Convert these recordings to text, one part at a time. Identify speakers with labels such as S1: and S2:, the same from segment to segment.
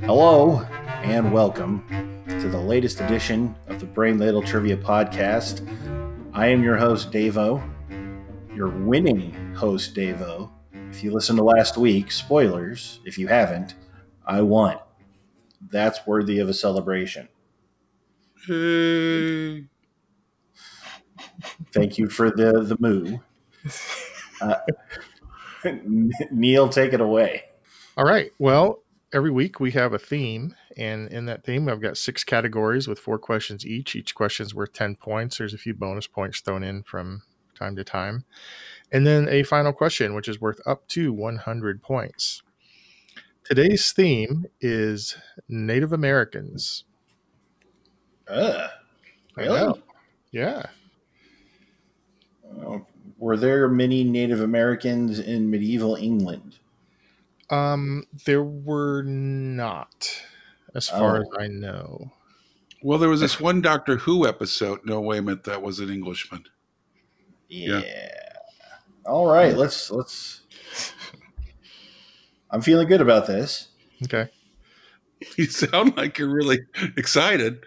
S1: Hello and welcome to the latest edition of the Brain Ladle Trivia Podcast. I am your host, Davo, your winning host, Davo. If you listened to last week, spoilers, if you haven't, I won. That's worthy of a celebration.
S2: Hey.
S1: Thank you for the, the moo. Uh, Neil, take it away.
S2: All right. Well, every week we have a theme, and in that theme, I've got six categories with four questions each. Each question's worth 10 points. There's a few bonus points thrown in from time to time. And then a final question, which is worth up to 100 points. Today's theme is Native Americans.
S1: Uh,
S2: I
S1: Really?
S2: know. Yeah.
S1: were there many Native Americans in medieval England?
S2: Um, there were not, as far
S1: Oh.
S2: as I know.
S3: Well, there was this one Doctor Who episode. No, wait a minute, that was an Englishman.
S1: Yeah.
S3: Yeah.
S1: All right, let's let's. I'm feeling good about this.
S2: Okay.
S3: You sound like you're really excited.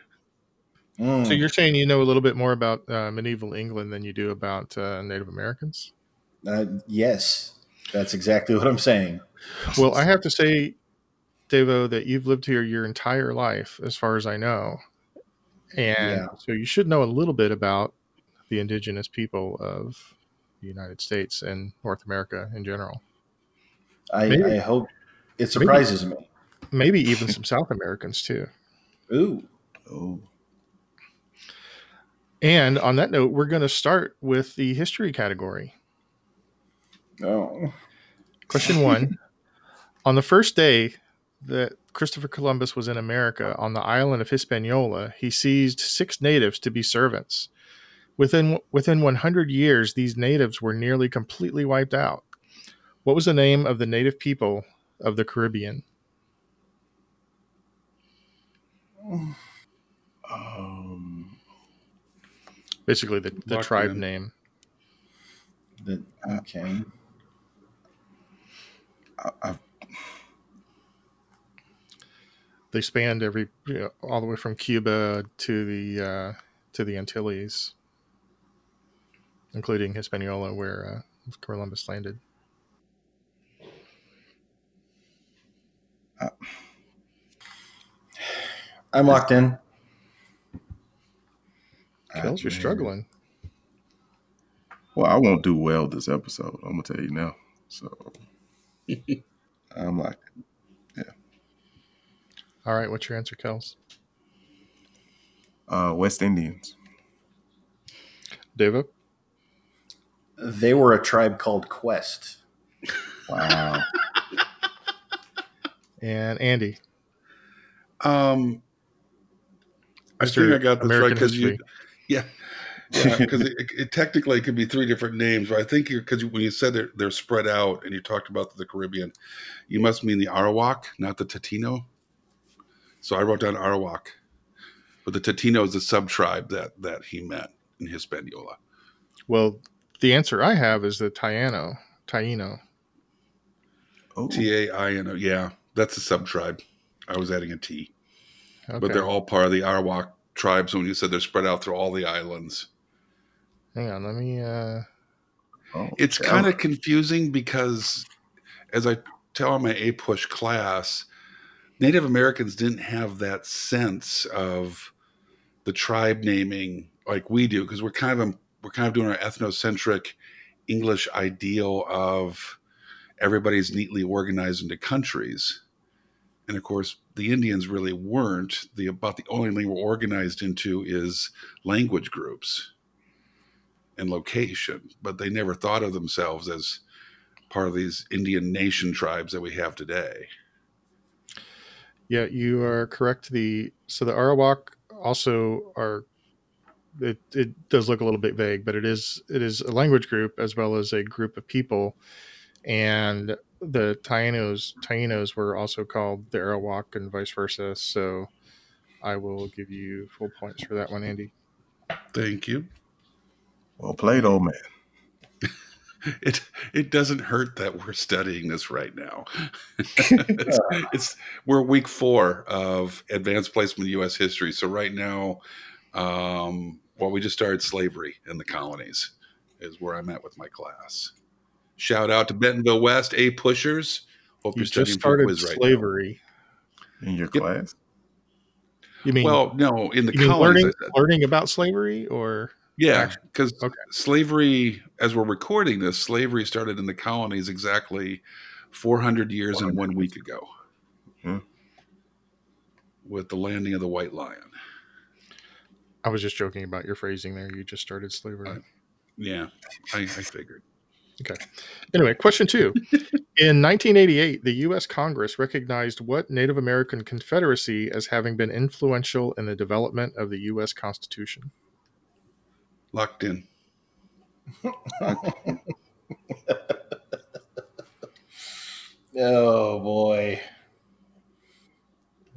S1: Mm.
S2: So you're saying you know a little bit more about uh, medieval England than you do about uh, Native Americans?
S1: uh, yes, that's exactly what I'm saying.
S2: Well, I have to say, Devo, that you've lived here your entire life, as far as I know. And
S1: Yeah.
S2: so you should know a little bit about the indigenous people of the United States and North America in general.
S1: I,
S2: Maybe.
S1: I hope it surprises me.
S2: Maybe even some South Americans too.
S1: Ooh,
S3: Oh,
S2: And on that note, we're going to start with the history category.
S1: oh,
S2: Question one On the first day that Christopher Columbus was in America on the island of Hispaniola, he seized six natives to be servants. Within, within 100 years, these natives were nearly completely wiped out. What was the name of the native people of the Caribbean?
S3: um,
S2: Basically, the, the
S3: Locked
S2: tribe
S3: in.
S2: name.
S1: the, okay.
S3: I, I,
S2: They spanned every you know, all the way from Cuba to the uh, to the Antilles, including Hispaniola, where uh, Columbus landed.
S1: I'm locked in.
S2: Kills, you're
S3: man.
S2: struggling.
S4: Well, I won't do well this episode. I'm gonna tell you now. So I'm like,
S2: All right, what's your answer, Kels?
S4: uh, West Indians.
S2: Deva?
S1: They were a tribe called Quest.
S4: Wow.
S2: And Andy.
S3: um, I think I got this right because you,
S2: history.
S3: yeah, 'cause it, it technically could be three different names. But I think you because when you said they're, they're spread out and you talked about the Caribbean, you must mean the Arawak, not the Tatino. So I wrote down Arawak, but the Tatino is the sub tribe that that he met in Hispaniola.
S2: Well, the answer I have is the Taino. Taino.
S4: Oh,
S3: T A I N O. Yeah, that's a sub tribe. I was adding a T,
S2: Okay.
S3: but they're all part of the Arawak tribe. So when you said they're spread out through all the islands,
S2: Hang on, let me. Uh,
S4: oh,
S3: it's
S4: yeah.
S3: kind of confusing because, as I tell in my A push class, Native Americans didn't have that sense of the tribe naming like we do because we're kind of we're kind of doing our ethnocentric English ideal of everybody's neatly organized into countries. And of course, the Indians really weren't. The about the only thing we're organized into is language groups and location, but they never thought of themselves as part of these Indian nation tribes that we have today.
S2: yeah, you are correct. The so the Arawak also are. It, it does look a little bit vague, but it is it is a language group as well as a group of people, and the Tainos Tainos were also called the Arawak and vice versa. So, I will give you full points for that one, Andy.
S3: Thank you.
S4: well played, old man.
S3: it it doesn't hurt that we're studying this right now. it's, it's we're week four of advanced placement U.S. history, so right now, um, well, we just started slavery in the colonies, is where I'm at with my class. Shout out to Bentonville West A pushers. Hope
S2: You
S3: you're
S2: just
S3: studying for a
S2: started
S3: quiz right now.
S2: slavery.
S4: in your
S3: Yep.
S4: class.
S2: You mean
S3: Well, no, in the
S2: you mean
S3: colonies.
S2: learning
S3: I said.
S2: learning about slavery or
S3: Yeah, because
S2: Okay.
S3: slavery, as we're recording this, slavery started in the colonies exactly 400 years and one week ago
S4: Hmm.
S3: with the landing of the White Lion.
S2: I was just joking about your phrasing there. You just started slavery.
S3: Uh, Yeah, I, I figured.
S2: Anyway, question two. in 1988, the U.S. Congress recognized what Native American Confederacy as having been influential in the development of the U.S. Constitution?
S3: Locked in.
S1: oh boy.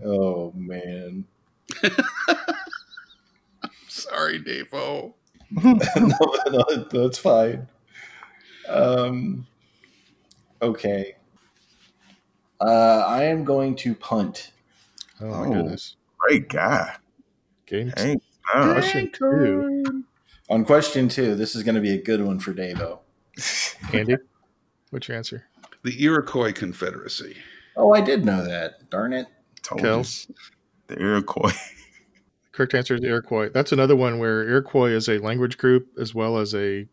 S1: Oh man.
S3: Sorry, Dave. Oh,
S1: no, no, that's fine. Um, okay. Uh, I am going to punt.
S2: Oh, my
S4: Oh.
S2: goodness.
S4: Great guy.
S2: Game
S4: Hang on.
S2: question two.
S1: On question two, this is going to be a good one for Davo.
S2: Andy, what's your answer?
S3: the Iroquois Confederacy.
S1: Oh, I did know that. Darn it.
S4: Told you.
S2: Kels?
S4: The Iroquois.
S2: Correct answer is Iroquois. That's another one where Iroquois is a language group as well as a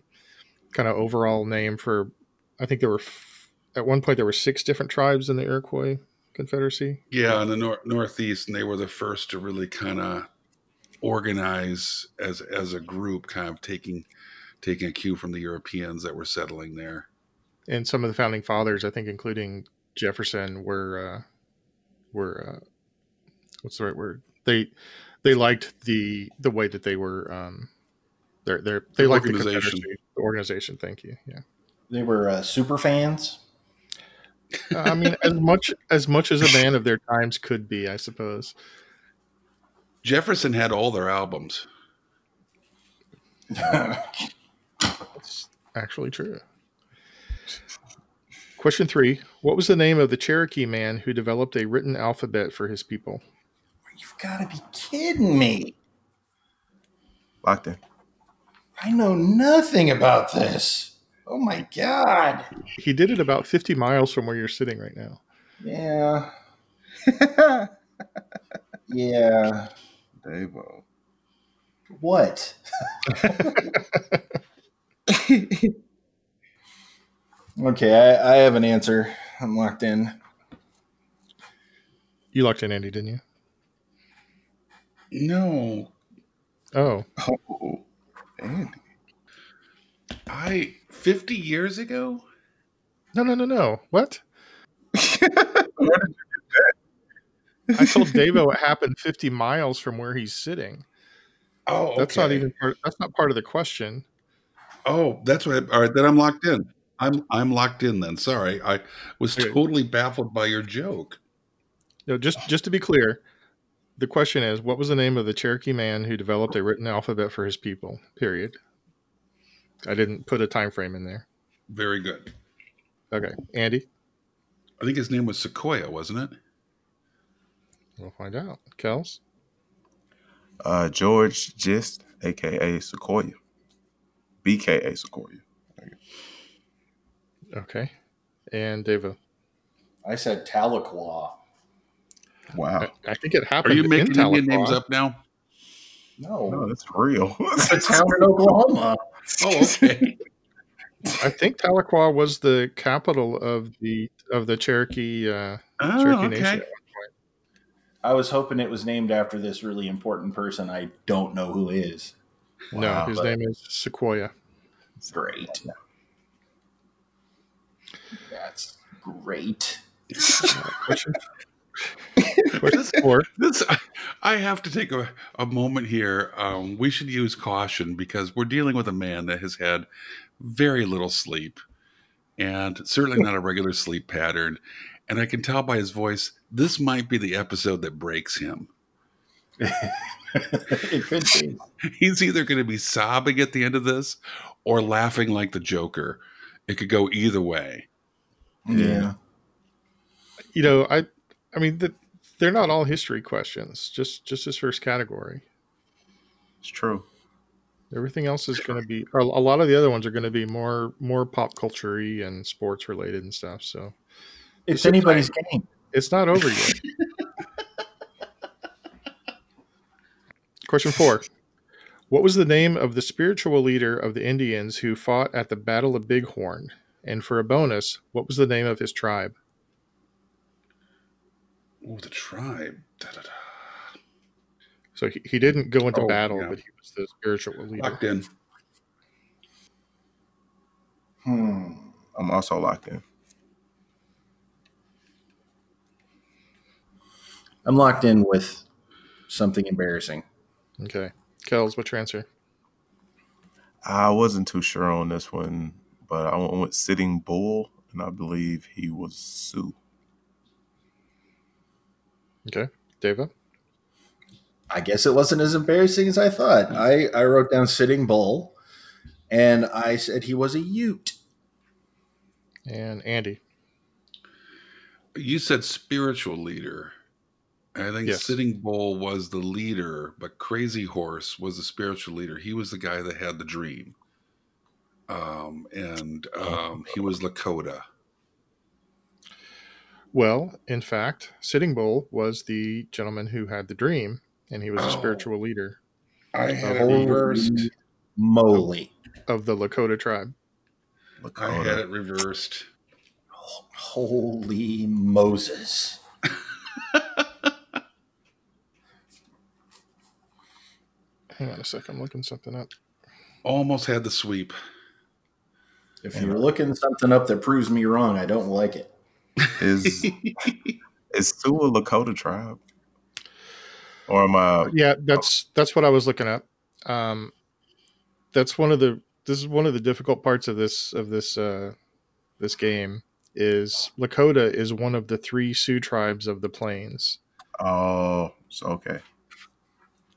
S2: kind of overall name for. I think there were f- at one point there were six different tribes in the Iroquois Confederacy.
S3: Yeah, in the nor- Northeast, and they were the first to really kind of organize as as a group, kind of taking taking a cue from the Europeans that were settling there.
S2: and some of the founding fathers, I think, including Jefferson, were uh, were uh, what's the right word? They they liked the the way that they were. Um, they're, they're, they
S3: The
S2: liked the
S3: organization.
S2: Confederacy the organization. Thank you. Yeah.
S1: They were uh, super fans.
S2: I mean, as much as much as a man of their times could be, I suppose.
S3: Jefferson had all their albums.
S2: That's actually true. Question three: What was the name of the Cherokee man who developed a written alphabet for his people?
S1: You've got to be kidding me.
S4: Locked in.
S1: I know nothing about this. Oh my god.
S2: He did it about fifty miles from where you're sitting right now.
S1: Yeah. Yeah.
S3: uh,
S4: Davo.
S1: What? Okay, I, I have an answer. I'm locked in.
S2: You locked in, Andy, didn't you?
S3: No,
S2: Oh,
S4: oh, Andy.
S3: I fifty years ago.
S2: no, no, no, no. What?
S4: Where did
S2: I told Davo it happened 50 miles from where he's sitting.
S3: Oh, okay.
S2: That's not even part, that's not part of the question.
S3: Oh, that's what. All right, then I'm locked in. I'm I'm locked in. Then sorry, I was
S2: Okay.
S3: totally baffled by your joke.
S2: No, just just to be clear, the question is what was the name of the Cherokee man who developed a written alphabet for his people? Period. I didn't put a time frame in there.
S3: Very good.
S2: Okay, Andy,
S3: I think his name was Sequoia, wasn't it?
S2: we'll find out. Kels,
S4: Uh, George Gist, aka Sequoia, BKA Sequoia.
S2: okay, and Davo.
S1: I said Tahlequah.
S4: Wow,
S2: I, I think it
S3: Are
S2: happened.
S3: you making
S2: in
S3: Indian
S2: Tahlequah.
S3: names up now?
S4: no,
S1: No.
S4: that's real.
S1: It's a town in Oklahoma.
S3: Oh, okay.
S2: I think Tahlequah was the capital of the of the Cherokee uh,
S3: oh,
S2: Cherokee Nation.
S3: okay.
S1: I was hoping it was named after this really important person I don't know who is.
S4: Wow.
S2: no, his name is Sequoia.
S1: Great. That's great.
S2: Question, question four.
S3: This I have to take a, a moment here. Um, we should use caution because we're dealing with a man that has had very little sleep and certainly not a regular sleep pattern. And I can tell by his voice, this might be the episode that breaks him.
S1: it could be.
S3: He's either going to be sobbing at the end of this or laughing like the Joker. it could go either way.
S1: Yeah.
S2: You know, I I mean that they're not all history questions. Just just this first category.
S4: It's true.
S2: Everything else is going to be or a lot of the other ones are going to be more more pop culture and sports related and stuff. So
S1: It's anybody's game.
S2: it's not over yet. Question four. What was the name of the spiritual leader of the Indians who fought at the Battle of Big Horn? And for a bonus, what was the name of his tribe?
S3: Oh, the tribe. Da-da-da.
S2: So he, he didn't go into
S3: Oh,
S2: battle,
S3: yeah.
S2: but he was the spiritual leader.
S3: Locked in.
S1: Hmm.
S4: I'm also locked in.
S1: I'm locked in with something embarrassing.
S3: Ah.
S2: Okay. Kells, what's your answer?
S4: I wasn't too sure on this one, but I went with Sitting Bull, and I believe he was Sioux.
S2: Okay. Deva?
S1: I guess it wasn't as embarrassing as I thought. I, I wrote down Sitting Bull and I said he was a Ute.
S2: And Andy.
S3: You said spiritual leader. I think
S2: Yes.
S3: Sitting Bull was the leader, but Crazy Horse was the spiritual leader. He was the guy that had the dream. Um, and
S2: Uh-huh.
S3: um, he was Lakota.
S2: Well, in fact, Sitting Bull was the gentleman who had the dream, and he was a
S3: Oh.
S2: spiritual leader
S3: I had it
S2: Holy
S3: reversed.
S1: Moly.
S2: of the Lakota tribe.
S3: I had
S4: Lakota.
S3: it reversed.
S1: Holy Moses.
S2: Hang on a sec. I'm looking something up.
S3: Almost had the sweep.
S1: If you're looking something up that proves me wrong, I don't like it.
S4: Is is Sioux a Lakota tribe? Or am I?
S2: yeah that's that's what i was looking up um that's one of the this is one of the difficult parts of this of this uh this game is lakota is one of the three sioux tribes of the plains
S4: Oh, so okay.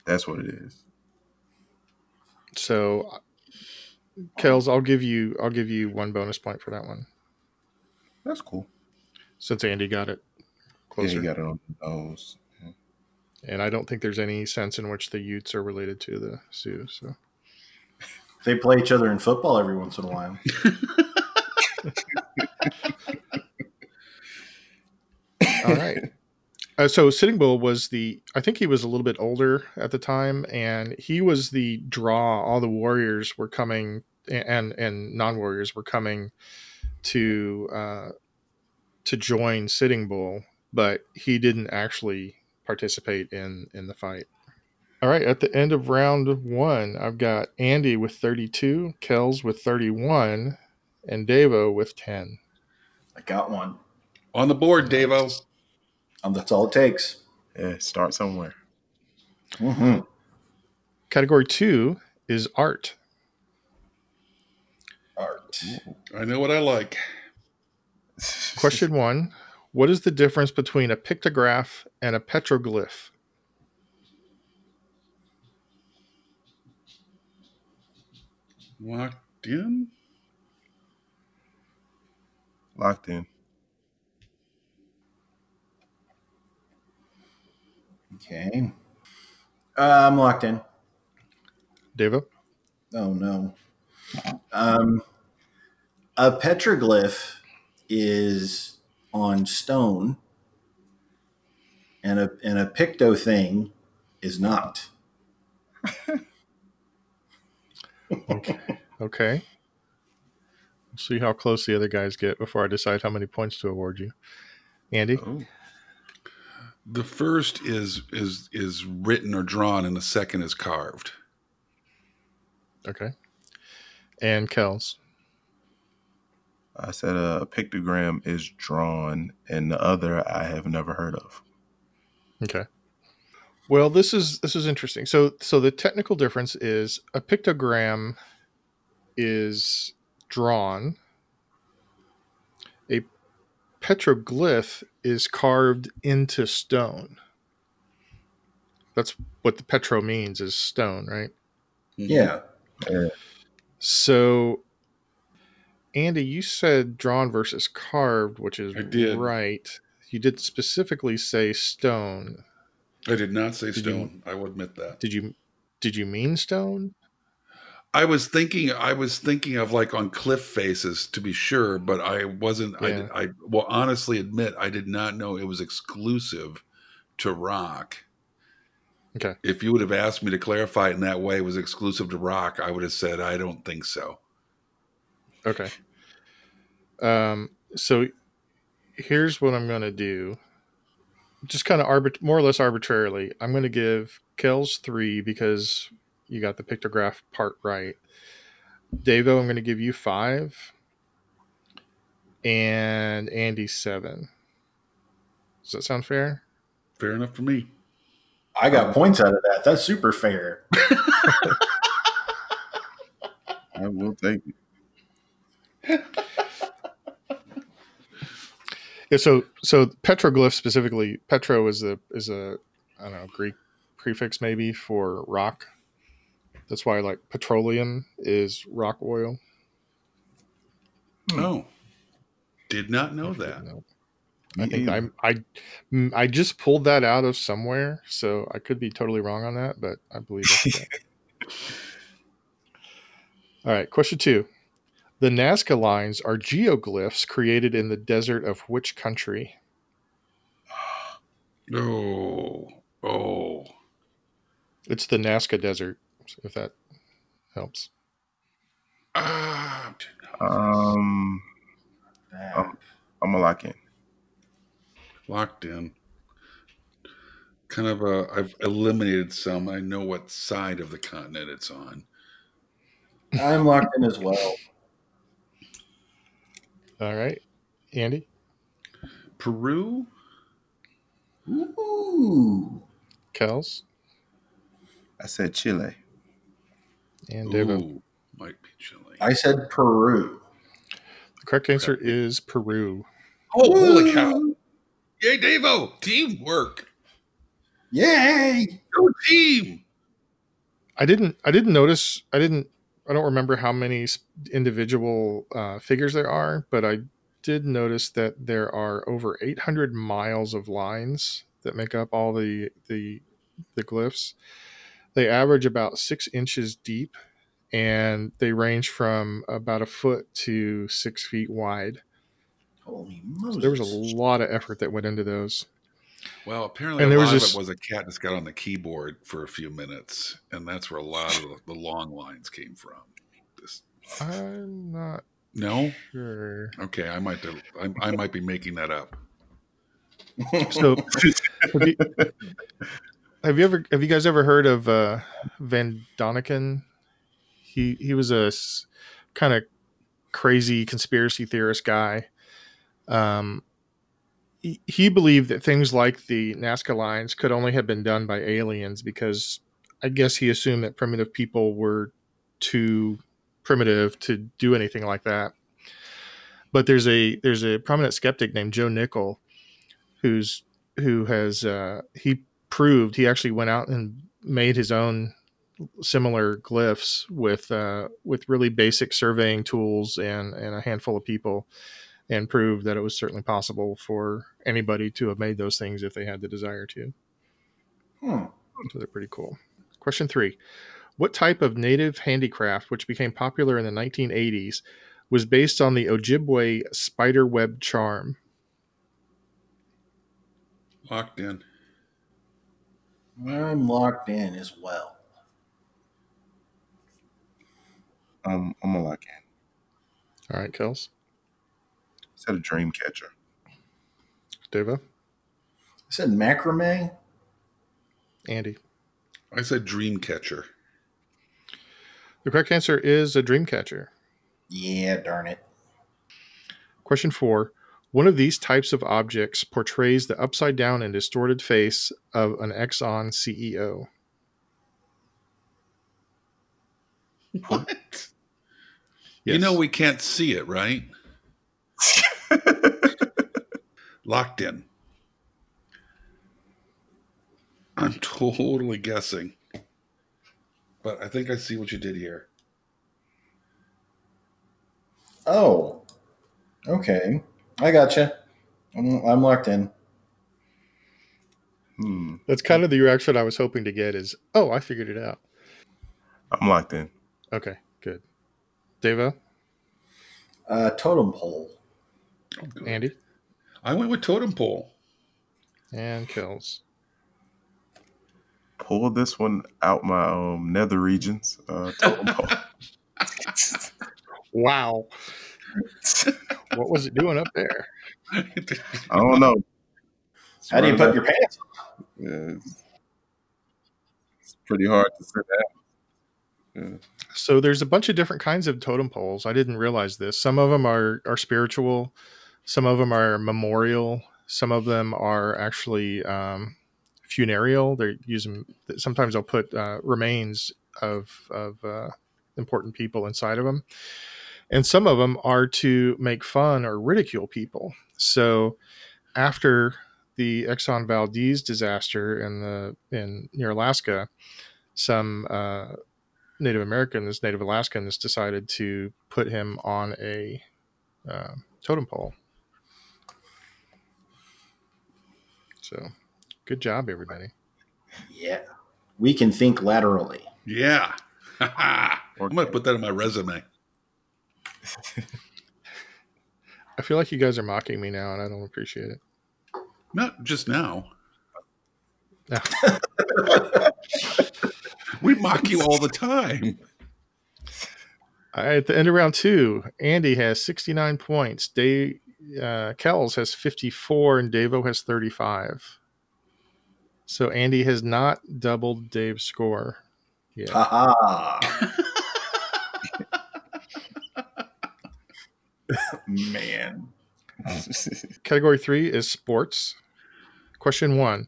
S4: That's what it is.
S2: so kells i'll give you i'll give you one bonus point for that one
S4: That's cool.
S2: since andy got it
S4: Yeah,
S2: closer
S4: you got it on the nose.
S2: and i don't think there's any sense in which the utes are related to the sioux so
S1: They play each other in football every once in a while.
S2: All right. Uh, so Sitting Bull was the, I think he was a little bit older at the time, and he was the draw. All the warriors were coming, and and non warriors were coming to uh, to join Sitting Bull, but he didn't actually participate in in the fight. All right, at the end of round one, I've got Andy with thirty two, Kells with thirty one, and Davo with ten.
S1: I got one.
S3: On the board, Davo.
S1: Um, that's all it takes.
S4: Yeah, start somewhere.
S1: Mhm.
S2: Category two is art.
S1: Art.
S3: I know what I like.
S2: Question one What is the difference between a pictograph and a petroglyph?
S3: Locked in?
S4: Locked in.
S1: Okay. Uh, I'm locked in.
S2: Deva?
S1: Oh no. Um, a petroglyph is on stone, and a and a picto thing is not.
S2: Okay. We'll see how close the other guys get before I decide how many points to award you. Andy?
S4: Oh,
S3: The first is is is written or drawn, and the second is carved.
S2: Okay. And Kells?
S4: I said a pictogram is drawn, and the other I have never heard of.
S2: Okay. Well, this is this is interesting. So so the technical difference is a pictogram is drawn. A petroglyph is carved into stone. That's what the petro means is stone, right?
S1: Yeah.
S2: So Andy, you said drawn versus carved, which is
S3: I did.
S2: right. You did specifically say stone.
S3: I did not say
S2: Did you-
S3: stone. I will admit that.
S2: Did you did you mean stone?
S3: I was thinking, I was thinking of like on cliff faces to be sure, but I wasn't. I,
S2: Yeah.
S3: did- I will honestly admit, I did not know it was exclusive to rock.
S2: Okay.
S3: If you would have asked me to clarify it in that way, it was exclusive to rock, I would have said, I don't think so.
S2: Okay. Um, so here's what I'm going to do. Just kind of arbit- more or less arbitrarily, I'm going to give Kells three because you got the pictograph part right. Davo, I'm going to give you five, and Andy seven. Does that sound fair?
S3: Fair enough for me.
S1: I got points out of that. That's super fair.
S4: I will take it.
S2: Yeah, so so petroglyph specifically, petro is a is a I don't know Greek prefix maybe for rock. That's why like petroleum is rock oil.
S4: Hmm.
S3: No, did not know
S2: If you
S3: that.
S2: didn't know. I think
S4: Yeah.
S2: I'm I mm, I just pulled that out of somewhere, so I could be totally wrong on that, but I believe that's correct. All right, question two. The Nazca lines are geoglyphs created in the desert of which country?
S3: Oh, oh,
S2: It's the Nazca Desert, if that helps.
S3: ah,
S4: Um,
S1: Ah,
S4: I'm gonna lock in.
S3: locked in. Kind of a, I've eliminated some. I know what side of the continent it's on.
S1: I'm locked in as well.
S2: All right, Andy.
S3: Peru?
S1: Ooh.
S2: Kels
S4: I said Chile.
S2: and Devo.
S3: Ooh, might be chilly.
S1: I said Peru.
S2: The correct answer is Peru.
S3: oh, holy cow.
S1: Woo!
S3: Yay, Davo. Teamwork.
S1: Yay!
S3: Go team.
S2: I didn't. I didn't notice. I didn't. I don't remember how many s- individual uh, figures there are, but I did notice that there are over 800 miles of lines that make up all the the the glyphs. They average about six inches deep, and they range from about a foot to six feet wide.
S1: Holy
S2: So
S1: Moses.
S2: there was a lot of effort that went into those.
S3: Well, apparently
S2: And
S3: a
S2: there was
S3: lot
S2: this-
S3: of it was a cat that's got on the keyboard for a few minutes, and that's where a lot of the, the long lines came from. This,
S2: I'm not
S3: no,
S2: sure.
S3: okay, I might have, I, I might be making that up.
S2: So, have you, have you ever have you guys ever heard of uh, Van Doniken? He he was a kind of crazy conspiracy theorist guy. Um, he, he believed that things like the Nazca lines could only have been done by aliens because I guess he assumed that primitive people were too primitive to do anything like that. But there's a there's a prominent skeptic named Joe Nickel who's who has uh, he proved he actually went out and made his own similar glyphs with uh, with really basic surveying tools and and a handful of people and proved that it was certainly possible for anybody to have made those things if they had the desire to
S1: Hmm.
S2: so they're pretty cool question three what type of native handicraft which became popular in the 1980s was based on the ojibwe spider web charm
S3: Locked in.
S1: I'm locked in as well.
S4: um, I'm gonna lock in.
S2: all right kels
S4: I said a dream catcher.
S2: deva
S1: I said macrame.
S2: andy
S3: I said dream catcher.
S2: The correct answer is a dream catcher.
S1: Yeah, darn it.
S2: Question four. One of these types of objects portrays the upside down and distorted face of an Exxon E CEO.
S3: What? You
S2: Yes.
S3: know we can't see it, right? Locked in. I'm totally guessing. But I think I see what you did here.
S1: Oh, okay. I gotcha. I'm, I'm locked in.
S4: Hmm.
S2: That's kind of the reaction I was hoping to get is, oh, I figured it out.
S4: I'm locked in.
S2: Okay, good. Devo,
S1: Uh, totem pole.
S2: Andy,
S3: I went with totem pole.
S2: and Kills.
S4: Pull this one out my um, nether regions. Uh, totem pole.
S2: Wow. what was it doing up there?
S4: I don't know.
S1: How do you put your pants?
S4: Yeah, it's, it's pretty hard to sit down.
S2: So there's a bunch of different kinds of totem poles. I didn't realize this. Some of them are are spiritual, some of them are memorial, some of them are actually um, funereal. They use them sometimes. They'll put uh, remains of of uh, important people inside of them, and some of them are to make fun or ridicule people. So after the Exxon Valdez disaster in the in near Alaska, some uh, Native American, this Native Alaskans, decided to put him on a uh, totem pole. So, good job, everybody.
S1: Yeah. We can think laterally.
S3: Yeah. I'm going to put that on my resume.
S2: I feel like you guys are mocking me now, and I don't appreciate it.
S3: Not just now.
S2: Yeah.
S3: we mock you all the time.
S2: All right, at the end of round two, Andy has 69 points. Dave, uh, Kells has 54, and Davo has 35. So Andy has not doubled Dave's score. yet.
S1: Haha. Man.
S2: Category three is sports. Question one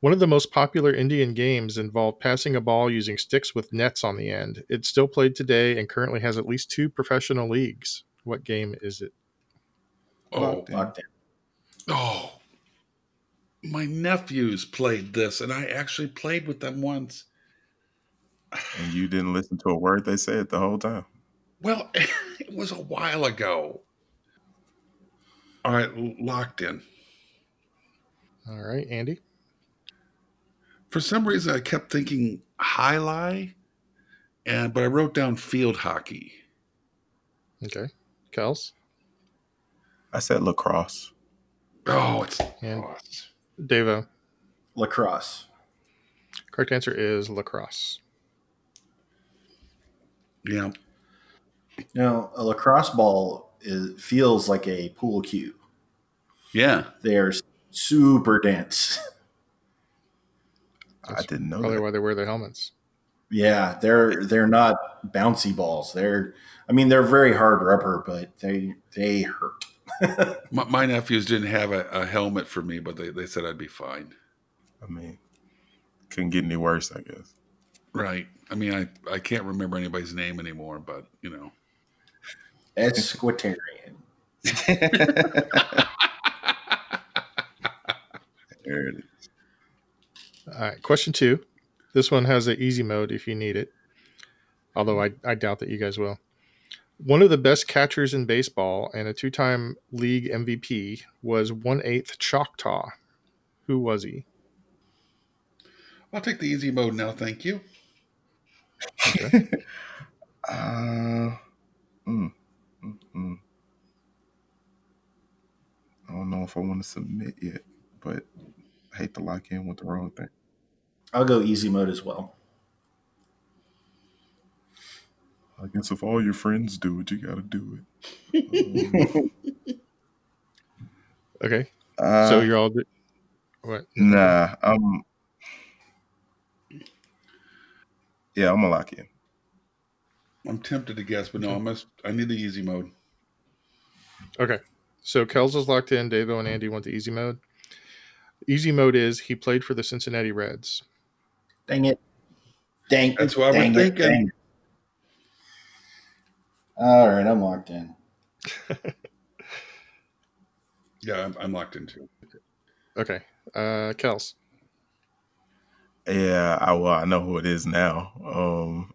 S2: One of the most popular Indian games involved passing a ball using sticks with nets on the end. It's still played today and currently has at least two professional leagues. What game is it?
S3: Oh,
S1: Locked in.
S3: oh. My nephews played this, and I actually played with them once.
S4: and you didn't listen to a word they said the whole time.
S3: Well, it was a while ago. All right, l- locked in.
S2: All right, Andy.
S3: For some reason, I kept thinking high lie, and but I wrote down field hockey.
S2: Okay. Kels
S4: I said lacrosse.
S3: Oh, it's
S2: and
S3: lost.
S2: Davo.
S1: Lacrosse.
S2: Correct answer is lacrosse.
S3: Yeah.
S1: No, a lacrosse ball is, feels like a pool cue.
S3: Yeah.
S1: They're super dense.
S4: I didn't know
S2: Probably
S4: that.
S2: why they wear their helmets.
S1: Yeah, they're they're not bouncy balls. They're I mean they're very hard rubber, but they they hurt.
S3: My, my nephews didn't have a, a helmet for me, but they, they said I'd be fine.
S4: I mean, couldn't get any worse, I guess.
S3: Right. I mean, I, I can't remember anybody's name anymore, but you know.
S1: Esquitarian.
S4: There it is.
S2: All right. Question two. This one has an easy mode if you need it, although I, I doubt that you guys will. One of the best catchers in baseball and a two time league MVP was one eighth Choctaw. Who was he?
S3: I'll take the easy mode now, thank you.
S4: Uh, mm, mm, mm. I don't know if I want to submit yet, but I hate to lock in with the wrong thing.
S1: I'll go easy mode as well.
S4: I guess if all your friends do it, you got to do it.
S1: I
S2: Okay.
S4: Uh,
S2: so you're all. What?
S4: nah. Um, yeah, I'm gonna lock in.
S3: I'm tempted to guess, but no, I must. I need the easy mode.
S2: So Kells is locked in. Davo and Andy went to easy mode. Easy mode is he played for the Cincinnati Reds.
S1: Dang it. Dang
S3: That's what I was
S1: dang
S3: thinking.
S1: dang it. All right, I'm locked in.
S3: Yeah, I'm, I'm locked into.
S2: Okay. Uh, Kells.
S4: Yeah, I well, I know who it is now. Um,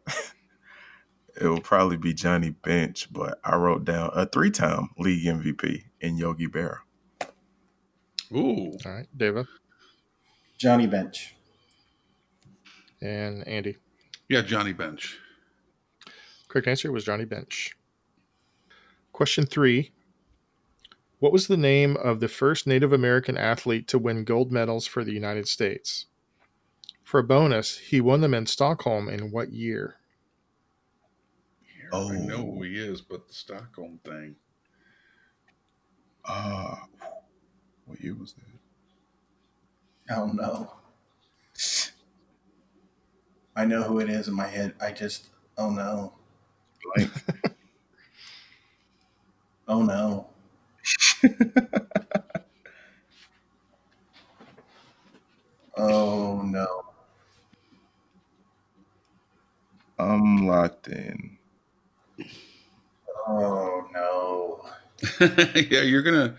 S4: it will probably be Johnny Bench, but I wrote down a three time league MVP in Yogi Berra.
S3: Ooh.
S2: All right, Deva
S1: Johnny Bench.
S2: and Andy.
S3: Yeah, Johnny Bench.
S2: Correct answer was Johnny Bench. Question three What was the name of the first Native American athlete to win gold medals for the United States? For a bonus, he won them in Stockholm in what year?
S4: Oh.
S3: I know who he is, but the Stockholm thing.
S4: Uh, what year was that?
S1: Oh no. I know who it is in my head. I just oh no.
S4: Blank.
S1: oh no. oh no.
S4: I'm locked in.
S1: Oh no.
S3: yeah, you're gonna.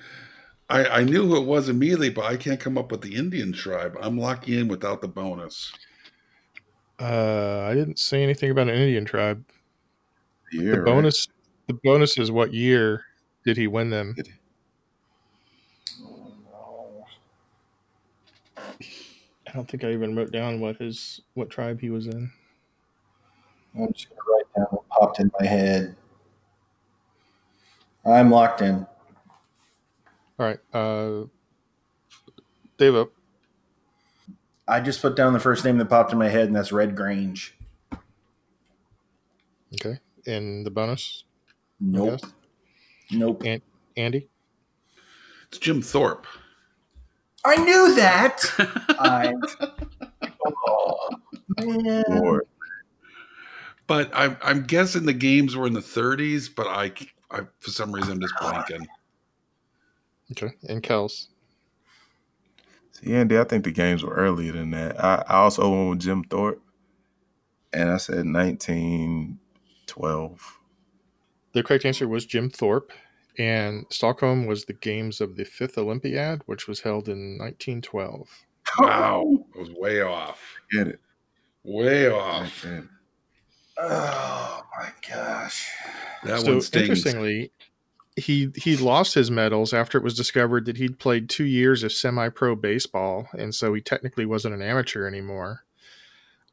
S3: I, I knew who it was immediately, but I can't come up with the Indian tribe. I'm locking in without the bonus.
S2: Uh, I didn't say anything about an Indian tribe.
S4: The,
S2: The
S4: year, right?
S2: bonus, the bonus is what year did he win them?
S1: Oh no.
S2: I don't think I even wrote down what his what tribe he was in.
S1: I'm just gonna write down what popped in my head. I'm locked in.
S2: All right, uh, Dave up.
S1: I just put down the first name that popped in my head, and that's Red Grange.
S2: Okay, and the bonus,
S1: Nope.
S2: Yes.
S1: Nope.
S2: Andy.
S3: It's Jim Thorpe.
S1: I knew that. I. Oh, man.
S4: Lord,
S3: But I'm I'm guessing the games were in the 30s, but I, I for some reason I'm just blanking.
S2: Okay, and Kels.
S4: See, Andy, I think the games were earlier than that. I, I also went with Jim Thorpe, and I said 1912.
S2: The correct answer was Jim Thorpe, and Stockholm was the games of the fifth Olympiad, which was held in 1912.
S3: Wow, I was way off,
S4: Get it.
S3: way
S4: I
S3: off.
S4: get it.
S1: Oh my gosh.
S3: That
S2: so
S3: one stings.
S2: interestingly, he he lost his medals after it was discovered that he'd played two years of semi-pro baseball, and so he technically wasn't an amateur anymore.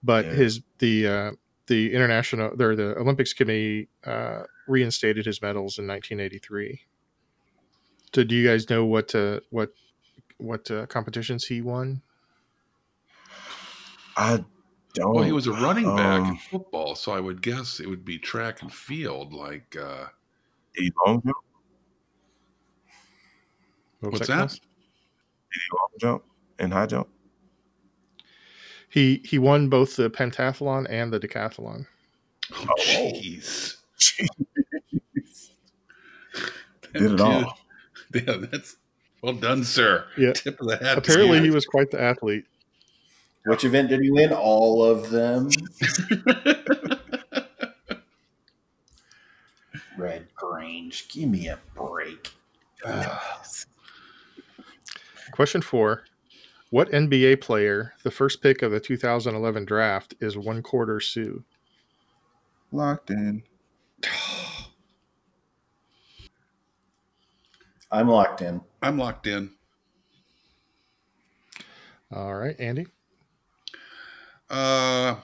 S2: But
S4: Yeah.
S2: his the uh, the international or the Olympics committee uh, reinstated his medals in 1983. So, do you guys know what uh, what what uh, competitions he won?
S4: I don't.
S3: Well, he was a running back in
S4: Um,
S3: football, so I would guess it would be track and field. Like, uh,
S4: Eddie Long jump.
S2: What was
S3: what's
S2: called?
S3: that?
S4: Eddie Long jump and high jump.
S2: He he won both the pentathlon and the decathlon.
S3: Oh,
S4: Oh.
S3: jeez.
S4: Did it all.
S3: Yeah, that's well done, sir.
S2: Yeah.
S3: Tip of the hat. to
S2: Apparently,
S3: you.
S2: he was quite the athlete.
S1: Which event did he win? All of them. Red Grange. Give me a break. Ugh.
S2: Question four: What NBA player, the first pick of the 2011 draft, is one quarter Sioux?
S4: Locked in.
S1: I'm locked in.
S3: I'm locked in.
S2: All right, Andy.
S3: Uh,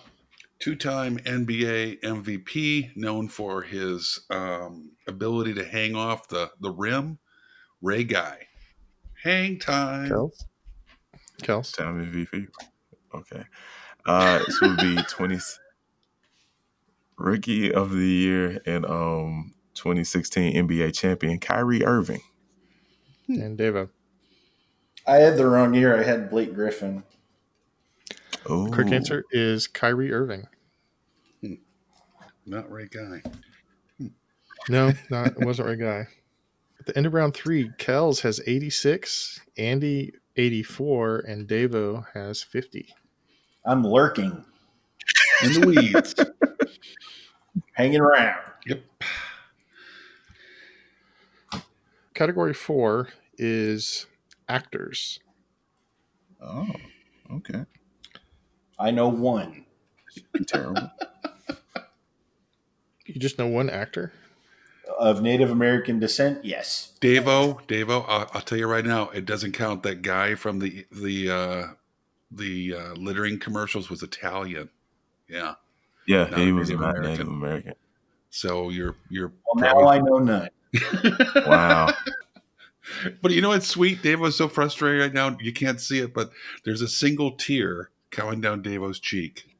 S3: two-time NBA MVP, known for his um, ability to hang off the the rim. Ray Guy, hang time.
S2: Kels. Kels.
S4: Time MVP. Okay. Uh, this would be 20 rookie of the year and um 2016 NBA champion Kyrie Irving.
S2: And Devo.
S1: I had the wrong year. I had Blake Griffin.
S4: Oh,
S2: Correct answer is Kyrie Irving.
S3: Not Ray Guy.
S2: No, not it wasn't right guy. At the end of round three, Kels has 86, Andy 84, and Devo has 50.
S1: I'm lurking,
S3: In the weeds.
S1: hanging around.
S3: yep.
S2: Category four is actors.
S4: Oh, okay.
S1: I know one.
S4: Be terrible.
S2: You just know one actor.
S1: Of Native American descent, yes.
S3: Davo, Davo, I'll, I'll tell you right now, it doesn't count. That guy from the the uh, the uh, littering commercials was Italian. Yeah.
S4: Yeah,
S3: Not
S4: he was
S3: Native
S4: not
S3: American.
S4: Native American.
S3: So you're you're
S1: Well, now I know none.
S4: Wow.
S3: But you know what's sweet? Davo's so frustrated right now. You can't see it, but there's a single tear coming down Davo's cheek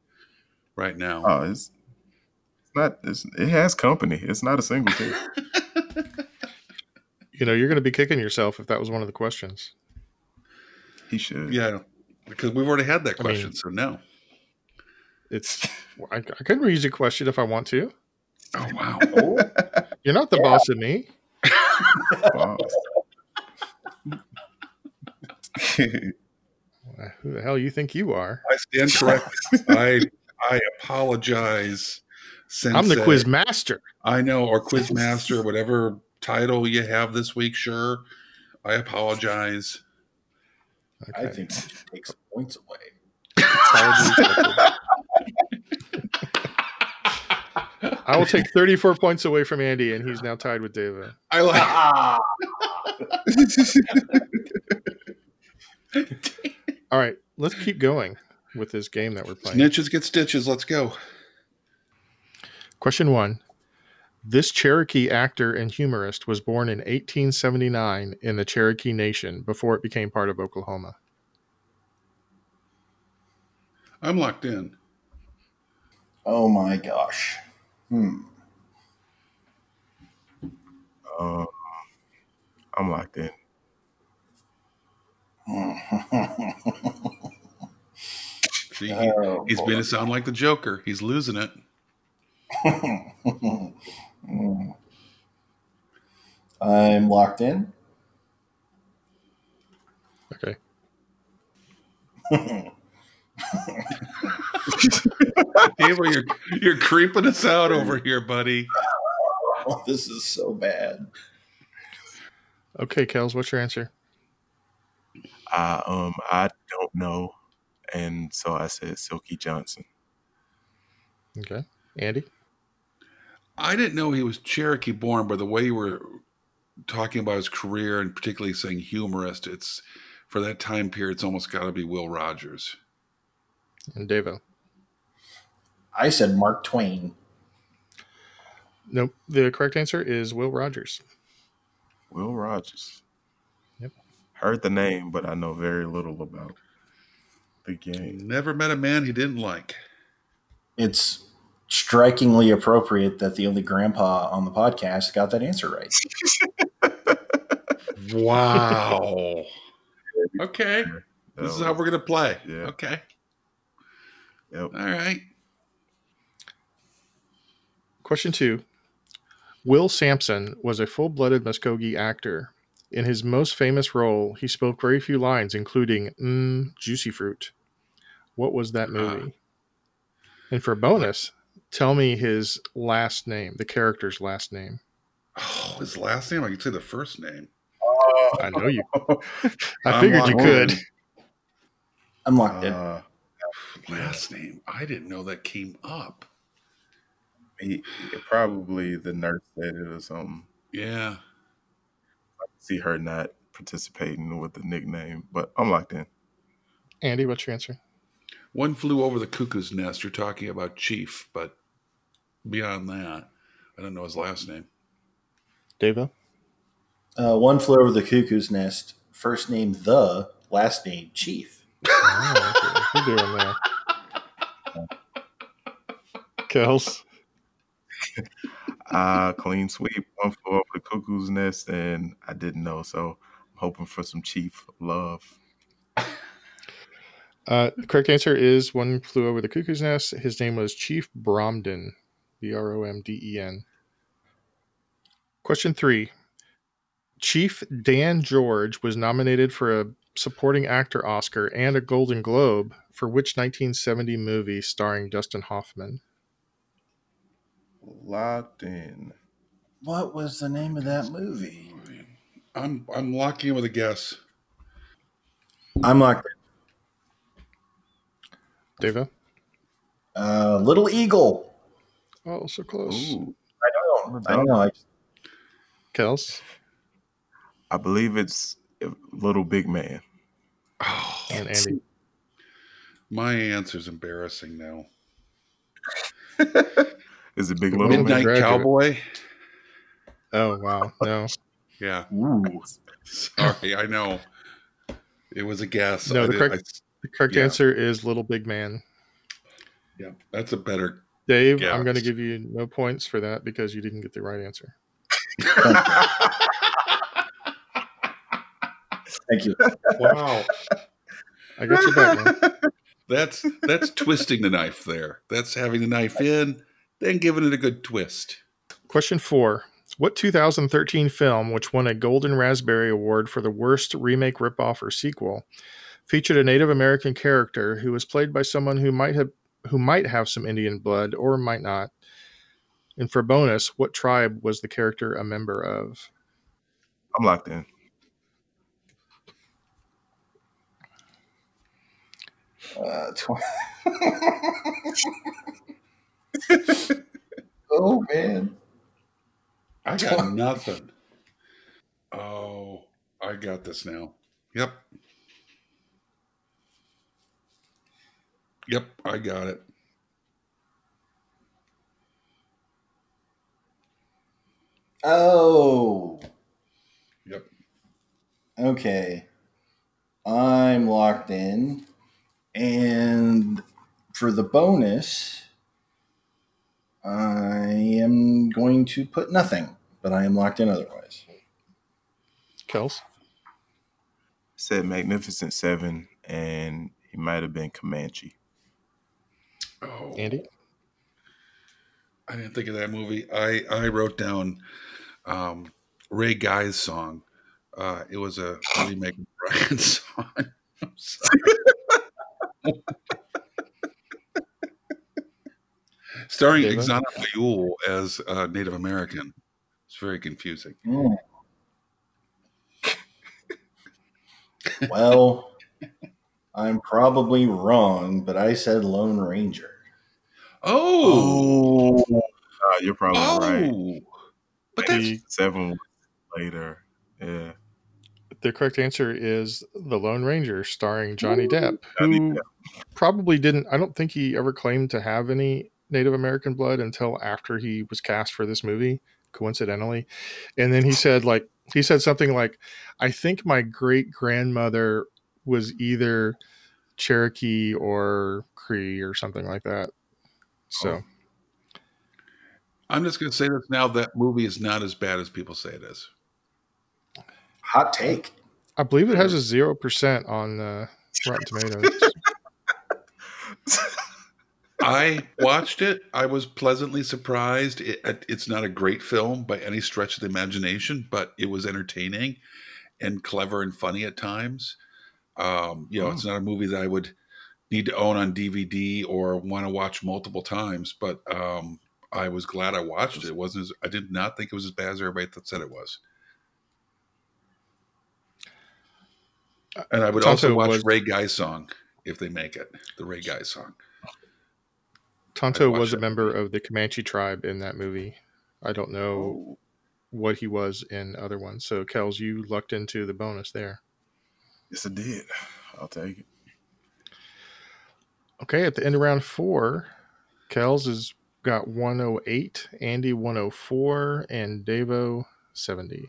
S3: right now.
S4: oh, it's, it's not. It's, it has company. It's not a single team.
S2: You know, you're going to be kicking yourself if that was one of the questions.
S4: He should.
S3: yeah, because we've already had that
S2: I mean-
S3: question, so no.
S2: It's I, I can reuse a question if I want to.
S3: Oh wow.
S1: Oh,
S2: You're not the boss of me.
S4: Balls.
S2: Uh, Who the hell you think you are?
S3: I stand corrected. I I apologize.
S2: I'm the
S3: Sensei.
S2: quiz master.
S3: I know, or quiz master, whatever title you have this week. Sure, I apologize.
S1: I
S2: Okay.
S1: think that takes points away.
S2: Apologies. I will take 34 points away from Andy, and he's now tied with David.
S3: I like.
S1: Ah,
S2: All right, let's keep going with this game that we're playing.
S3: Snitches get stitches. Let's go.
S2: Question one. This Cherokee actor and humorist was born in 1879 in the Cherokee Nation before it became part of Oklahoma.
S3: I'm locked in.
S1: oh my gosh. Hmm.
S4: Um, I'm locked in.
S1: oh,
S3: See,
S1: Uh,
S3: he, he's made it sound like the Joker. He's losing it.
S1: boy. Hmm. I'm locked in.
S2: Okay.
S3: Dave, you're, you're creeping us out over here, buddy.
S1: Oh, this is so bad.
S2: Okay, Kels, what's your answer?
S4: I um I don't know, and so I said Silky Johnson.
S2: Okay. Andy?
S3: I didn't know he was Cherokee born, but the way you were talking about his career and particularly saying humorist, it's for that time period, it's almost got to be Will Rogers.
S2: And Davo?
S1: I said Mark Twain.
S2: Nope. The correct answer is Will Rogers.
S4: Will Rogers.
S2: Yep.
S4: Heard the name, but I know very little about the game.
S3: Never met a man he didn't like.
S1: It's strikingly appropriate that the only grandpa on the podcast got that answer right.
S3: Wow. okay. This is how we're going to play.
S4: Yeah.
S3: Okay.
S4: Yep.
S3: All right.
S2: Question two. Will Sampson was a full blooded Muskogee actor. In his most famous role, he spoke very few lines, including mm, Juicy Fruit. What was that movie? and for bonus, tell me his last name, the character's last name.
S3: Oh, his last name? I can say the first name.
S2: I know you. I
S3: I'm
S2: figured you
S3: on
S2: could.
S1: I'm locked in.
S4: Uh,
S3: Last name. I didn't know that came up.
S4: he, probably the nurse said it or something.
S3: Yeah.
S4: See her not participating with the nickname, but I'm locked in.
S2: Andy, what's your answer?
S3: One flew over the cuckoo's nest. You're talking about Chief, but beyond that, I don't know his last name.
S2: Davo?
S1: Uh, one flew over the cuckoo's nest. First name the, last name chief.
S2: Oh, okay. You're doing there. Kels.
S4: Uh, clean sweep, one floor over the cuckoo's nest, and I didn't know, so I'm hoping for some chief love.
S2: Uh, the correct answer is one flew over the cuckoo's nest. His name was Chief Bromden, B R O M D E N. Question three Chief Dan George was nominated for a supporting actor Oscar and a Golden Globe for which 1970 movie starring Dustin Hoffman?
S4: Locked in.
S1: What was the name of that movie?
S3: I'm I'm locking in with a guess.
S1: I'm locked
S2: Deva?
S1: in. Uh, Little Eagle.
S2: Oh, so close.
S4: Ooh,
S1: I don't. I don't know. I,
S2: Kels.
S4: I believe it's Little Big Man.
S3: Oh,
S2: And Andy.
S3: my answer's embarrassing now.
S4: Is it Big
S2: Good
S4: Little
S2: morning.
S4: Man?
S3: Midnight
S2: Oh, Graduate.
S3: Cowboy.
S2: Oh wow. No.
S3: Yeah,
S1: ooh,
S3: sorry, I know. It was a guess.
S2: No,
S3: I
S2: the
S3: did-
S2: correct- The correct
S3: Yeah.
S2: answer is Little Big Man.
S3: I- yeah, that's a better.
S2: Dave,
S3: Yeah.
S2: I'm going to give you no points for that because you didn't get the right answer.
S1: thank you.
S3: wow,
S2: I got your back. Man.
S3: that's that's twisting the knife there. That's having the knife in, then giving it a good twist.
S2: Question four. What 2013 film, which won a Golden Raspberry Award for the worst remake, ripoff, or sequel, featured a Native American character who was played by someone who might have who might have some Indian blood or might not? And for bonus, what tribe was the character a member of?
S4: I'm locked in.
S1: Uh, tw- oh man,
S3: I got nothing. Oh, I got this now. Yep. Yep, I got it.
S1: oh
S3: Yep.
S1: okay. I'm locked in, and for the bonus, I am going to put nothing, but I am locked in otherwise.
S2: Kels?
S4: Said Magnificent Seven, and he might have been Comanche.
S3: Oh,
S2: Andy?
S3: I didn't think of that movie. I I wrote down um, Ray Guy's song. Uh, it was a remake of Brian's song. I'm sorry. Starring
S2: David?
S3: Exana Ayul as a Native American. It's very confusing.
S1: Mm. well, I'm probably wrong, but I said Lone Ranger.
S3: Oh,
S4: Nah, you're probably right.
S3: but that's
S2: Oh, The,
S4: Seven was later. Yeah.
S2: the correct answer is The Lone Ranger, starring Johnny
S4: Ooh,
S2: Depp,
S4: Johnny
S2: who probably didn't, I don't think he ever claimed to have any Native American blood until after he was cast for this movie, coincidentally. And then he said, like, he said something like, I think my great grandmother was either Cherokee or Cree or something like that.
S4: Oh,
S2: So,
S3: I'm just going to say this now. That movie is not as bad as people say it is.
S1: Hot take.
S2: I believe it has a 0% on uh, Rotten Tomatoes.
S3: I watched it. I was pleasantly surprised. It, it- it's not a great film by any stretch of the imagination, but it was entertaining and clever and funny at times. Um, you know, it's not a movie that I would need to own on DVD or want to watch multiple times, but um, I was glad I watched it. it. wasn't as, I did not think it was as bad as everybody th- said it was. And I would also
S2: Tonto
S3: watch
S2: was-
S3: Ray Guy song if they make it, the Ray Guy song.
S2: Tonto
S3: watched
S2: was a
S3: that
S2: member of the Comanche tribe in that movie. I don't know what he was in other ones. So, Kels, you lucked into the bonus there.
S4: Yes, I did. I'll take it.
S2: Okay, at the end of round four, Kels has got 108, Andy 104, and Davo 70.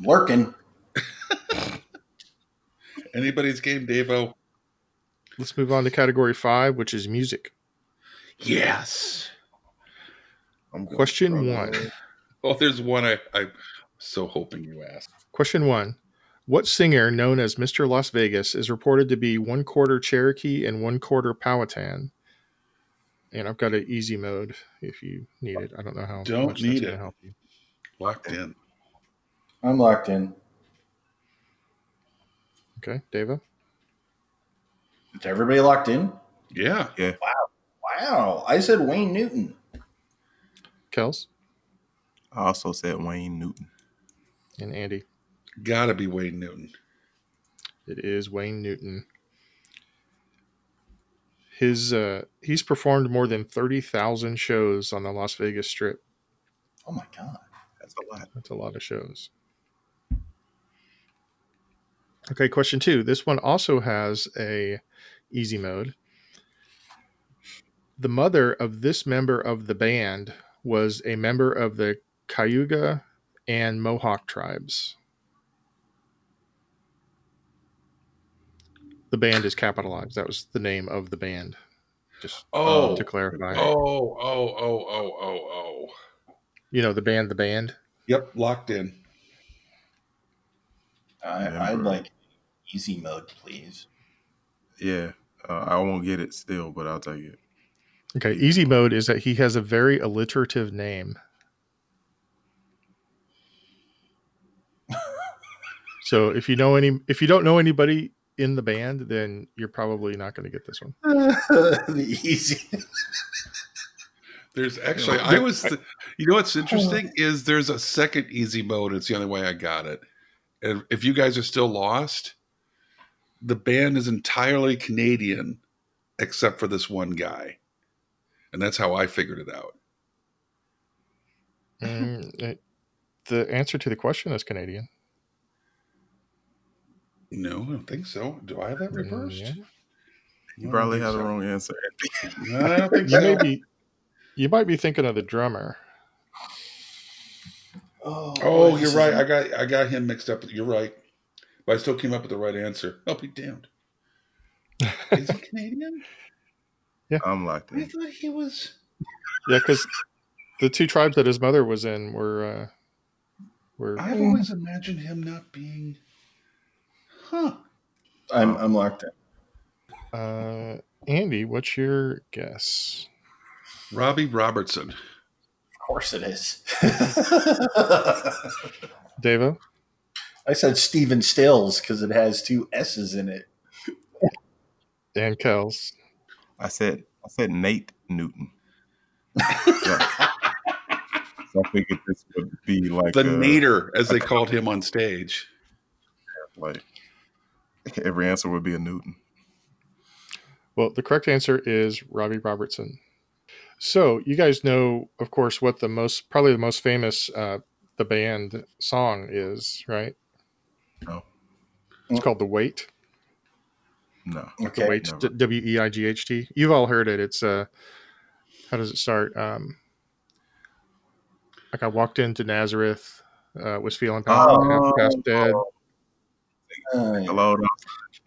S1: Lurking.
S3: Anybody's game, Davo.
S2: Let's move on to category five, which is music.
S3: Yes.
S4: I'm going
S2: Question
S4: Brother
S2: one.
S4: Love.
S3: Oh, there's one I, I'm so hoping you ask.
S2: Question one What singer known as Mr. Las Vegas is reported to be one quarter Cherokee and one quarter Powhatan? And I've got an easy mode if you need it. I don't know how
S3: Don't
S2: much
S3: need
S2: that's gonna
S3: it.
S2: help you.
S3: Locked in.
S1: I'm locked in.
S2: Okay, Davo.
S1: Is everybody locked in?
S3: Yeah.
S1: Wow. I said Wayne Newton.
S2: Kels
S4: I also said Wayne Newton.
S2: and Andy.
S3: Gotta be Wayne Newton.
S2: It is Wayne Newton. His uh, he's performed more than thirty thousand shows on the Las Vegas Strip.
S1: Oh my god,
S4: That's a lot.
S2: That's a lot of shows. Okay, question two. This one also has a easy mode. The mother of this member of the band was a member of the Cayuga and Mohawk tribes. The band is capitalized. That was the name of the band. Just uh,
S3: Oh,
S2: to clarify.
S3: oh, oh, oh, oh, oh, oh.
S2: You know, the band, the band.
S3: Yep, locked in.
S1: I,
S4: Yeah,
S1: I'd
S4: bro.
S1: like easy mode, please.
S4: Yeah, uh, I won't get it still, but I'll take it.
S2: Okay, easy mode is that he has a very alliterative name. so if you know any, if you don't know anybody in the band, then you're probably not going to get this one.
S1: the easy.
S3: There's actually, I was, th- you know what's interesting is there's a second easy mode. It's the only way I got it. And if you guys are still lost, the band is entirely Canadian except for this one guy. And that's how I figured it out.
S2: Mm, it- the answer to the question is Canadian.
S3: No, I don't think so. Do I have that
S2: Mm,
S3: reversed?
S2: yeah.
S4: You probably had the wrong answer.
S3: No, I don't think
S2: You may
S3: so.
S2: be, you might be thinking of the drummer.
S1: Oh,
S3: Oh,
S1: boy,
S3: you're
S1: this
S3: right.
S1: is-
S3: I got I got him mixed up. You're right, but I still came up with the right answer. I'll be damned. Is he Canadian?
S4: I'm locked
S3: I
S4: in.
S3: thought he was.
S2: Yeah, because the two tribes that his mother was in were uh, were
S3: I've always imagined him not being. Huh.
S1: I'm, I'm locked in.
S2: Uh, Andy, what's your guess?
S3: Robbie Robertson.
S1: Of course it is.
S2: Devo?
S1: I said Steven Stills because it has two S's in it.
S2: Dan Kells.
S4: I said I said Nate Newton. so, so I figured this would be like
S3: The
S4: uh,
S3: Nader, as they called him on stage.
S4: Like every answer would be a Newton.
S2: Well, the correct answer is Robbie Robertson. So you guys know, of course, what the most probably the most famous uh, the band song is, right?
S4: No.
S2: It's called "The Wait."
S4: No.
S2: The
S1: Okay.
S2: Wait,
S4: never.
S2: W E I G H T. You've all heard it. It's uh, how does it start? Um, like I walked into Nazareth, uh, was feeling powerful, half past dead.
S1: Uh,
S4: Oh, Hello.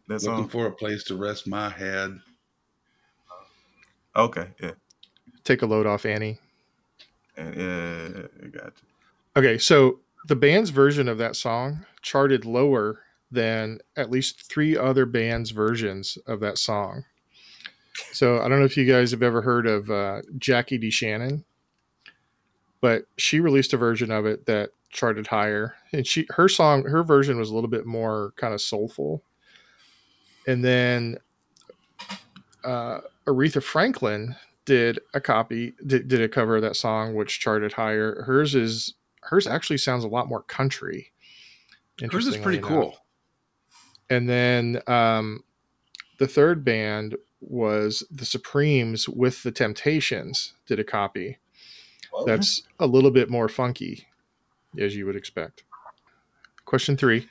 S4: That's
S3: Looking
S4: all.
S3: for a place to rest my head.
S4: Okay. Yeah.
S2: Take a load off Annie.
S4: And, yeah. I Got you.
S2: Okay, so the band's version of that song charted lower than at least three other bands' versions of that song. So I don't know if you guys have ever heard of uh, Jackie D. Shannon, but she released a version of it that charted higher, and she her song her version was a little bit more kind of soulful. And then uh, Aretha Franklin did a copy did, did a cover of that song which charted higher. Hers is hers actually sounds a lot more country.
S3: Hers is
S2: Interestingly
S3: pretty
S2: enough.
S3: cool.
S2: And then um, the third band was the Supremes with the Temptations did a copy.
S1: well,
S2: That's a little bit more funky, as you would expect. Question three.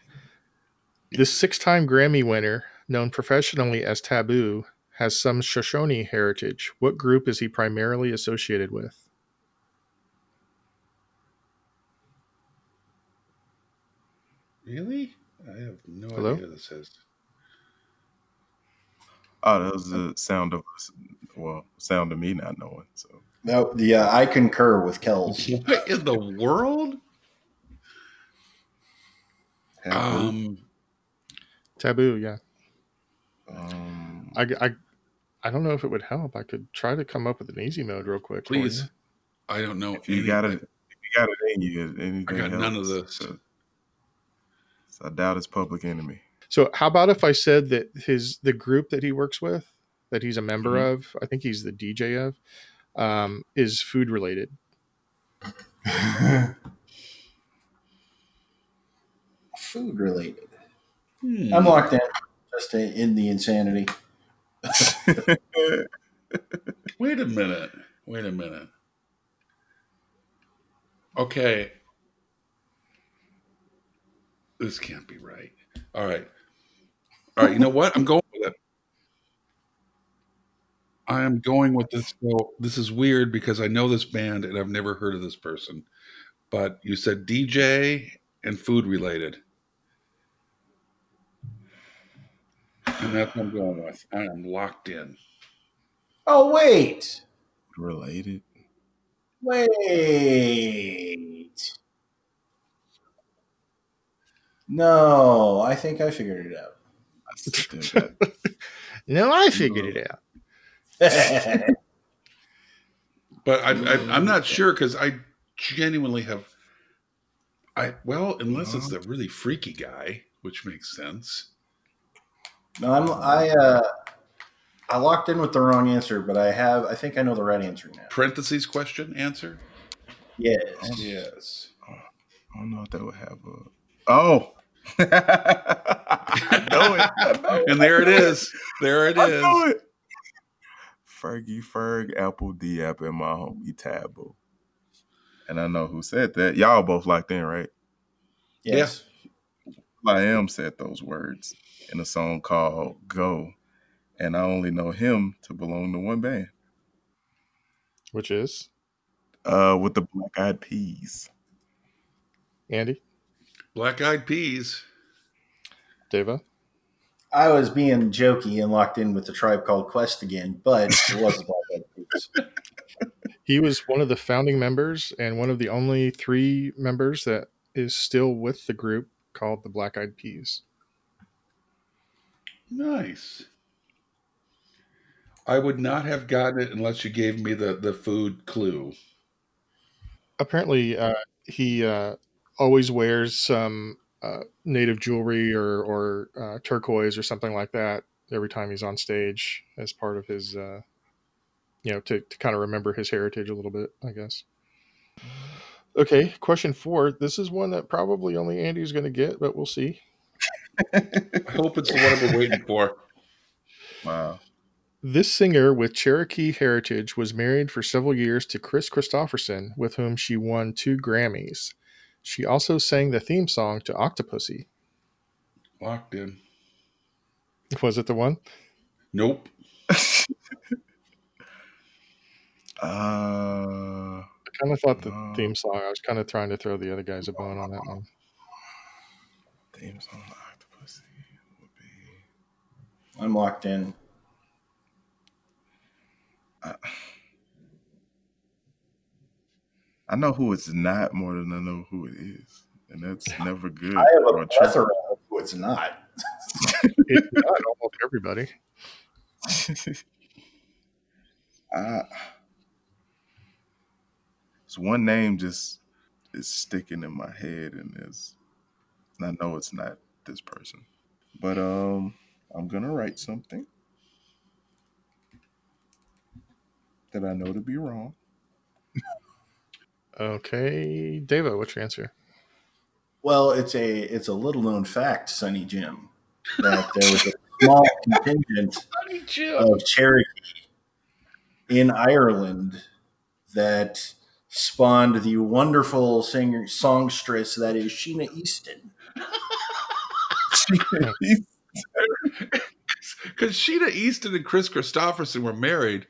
S2: This six time Grammy winner, known professionally as Taboo, has some Shoshone heritage. What group is he primarily associated with?
S3: Really? I have no
S2: Hello?
S3: idea what this is.
S4: Oh, that was the sound of well, sound of me not knowing. So
S1: no, yeah, I concur with Kells.
S3: What in the world? Um,
S2: Taboo, yeah.
S4: um,
S2: I, I, I don't know if it would help. I could try to come up with an easy mode real quick. for you.
S3: please. I don't know.
S4: if you got it,
S3: anything.
S4: if you got it in you, anything
S3: got none
S4: helps.
S3: of this.
S4: So, so I doubt it's Public Enemy.
S2: So how about if I said that his the group that he works with, that he's a member
S4: Mhm.
S2: of, I think he's the DJ of, um, is food related.
S1: Food related.
S3: Hmm. Hmm.
S1: uh, I'm locked in. Just in the insanity.
S3: Wait a minute. Wait a minute. Okay. This can't be right. All right. All right. You know what? I'm going with it. I am going with this. So this is weird because I know this band and I've never heard of this person. But you said DJ and food related. And that's what I'm going with. I am locked in.
S1: Oh wait,
S4: Related.
S1: wait. No, I think I figured it out.
S4: Still got-
S2: No, I figured it out.
S3: But I, I, I'm not sure because I genuinely have. I well, unless it's the really freaky guy, which makes sense.
S1: no, I'm I uh I locked in with the wrong answer, but I have I think I know the right answer now.
S3: Parentheses question answer.
S1: Yes.
S3: Yes.
S4: I don't know if that would have a. Oh. I know it. I know it.
S3: And there it is. There it
S4: I know
S3: is.
S4: it. Fergie Ferg, Apple D App, and my homie Tabo. And I know who said that. Y'all both locked in, right?
S1: Yes.
S4: I am said those words in a song called Go. And I only know him to belong to one band.
S2: Which is
S4: Uh with the black eyed peas.
S2: Andy,
S3: Black eyed peas.
S2: Deva.
S1: I was being jokey and locked in with the tribe called Quest again, but it was the Black Eyed Peas.
S2: He was one of the founding members and one of the only three members that is still with the group called the Black Eyed Peas.
S3: Nice. I would not have gotten it unless you gave me the the food clue.
S2: Apparently, uh, he uh, always wears some uh, native jewelry or, or uh, turquoise or something like that every time he's on stage as part of his, uh, you know, to, to kind of remember his heritage a little bit, I guess. Okay, question four. This is one that probably only Andy's going to get, but we'll see.
S3: I hope it's the one I've been waiting for.
S4: Wow.
S2: This singer with Cherokee heritage was married for several years to Chris Christopherson, with whom she won two Grammys. She also sang the theme song to Octopussy.
S3: Locked in.
S2: Was it the one?
S3: Nope.
S4: uh
S2: I kind of thought the
S4: No.
S2: theme song. I was kind of trying to throw the other guys a bone on that one.
S4: theme song octopus would be
S1: I'm locked in.
S4: I know who it's not more than I know who it is. And that's never good.
S1: I have
S4: or
S1: a
S4: a
S1: plethora of who it's not.
S2: It's not almost everybody.
S4: trip. I- it's one name just is sticking in my head and is and I know it's not this person. But um I'm gonna write something that I know to be wrong.
S2: Okay, Deva, what's your answer?
S1: Well, it's a it's a little known fact, Sonny Jim, that there was a small contingent of Cherokee in Ireland that spawned the wonderful singer songstress that is Sheena Easton.
S3: Because Sheena Easton and Chris Christopherson were married.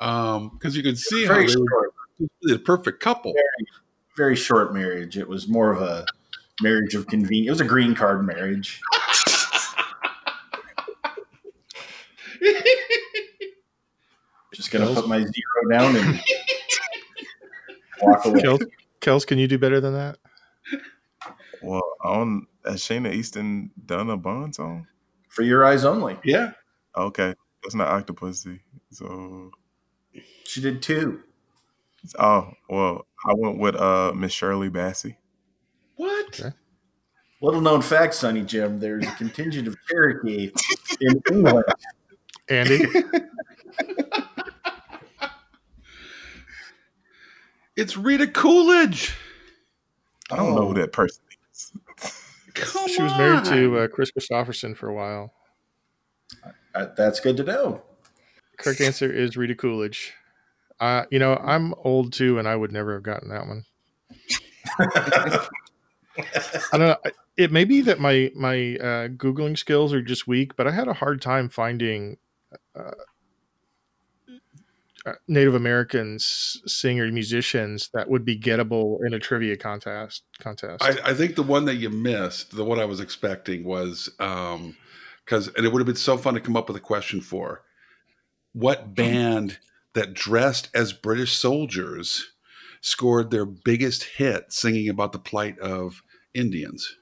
S3: Um, because you could see how
S1: Very
S3: they were
S1: short,
S3: the perfect couple.
S1: very short marriage. It was more of a marriage of convenience. It was a green card marriage. Just gonna put my zero down and walk away.
S2: Kels, Kels, can you do better than that?
S4: Well, on has Shayna Easton done a Bond song?
S1: For your eyes only.
S3: yeah.
S4: Oh, Okay, that's not Octopussy. So,
S1: She did two.
S4: oh well, I went with uh Miss Shirley Bassey.
S3: What?
S2: Okay.
S1: Little known fact, Sonny Jim, there's a contingent of Cherokee in England
S2: Andy,
S3: It's Rita Coolidge.
S4: I don't know
S1: Oh.
S4: who that person is.
S3: Come
S2: she was married
S3: on.
S2: to uh, Chris Christopherson for a while.
S1: Uh, that's good to know.
S2: Correct answer is Rita Coolidge. Uh, you know, I'm old too, and I would never have gotten that one. I don't know. I- It may be that my my uh, googling skills are just weak, but I had a hard time finding uh, uh, Native American s- singer musicians that would be gettable in a trivia contest. Contest.
S3: I, I think the one that you missed, the one I was expecting was um because and it would have been so fun to come up with a question for what band that dressed as British soldiers scored their biggest hit singing about the plight of Indians?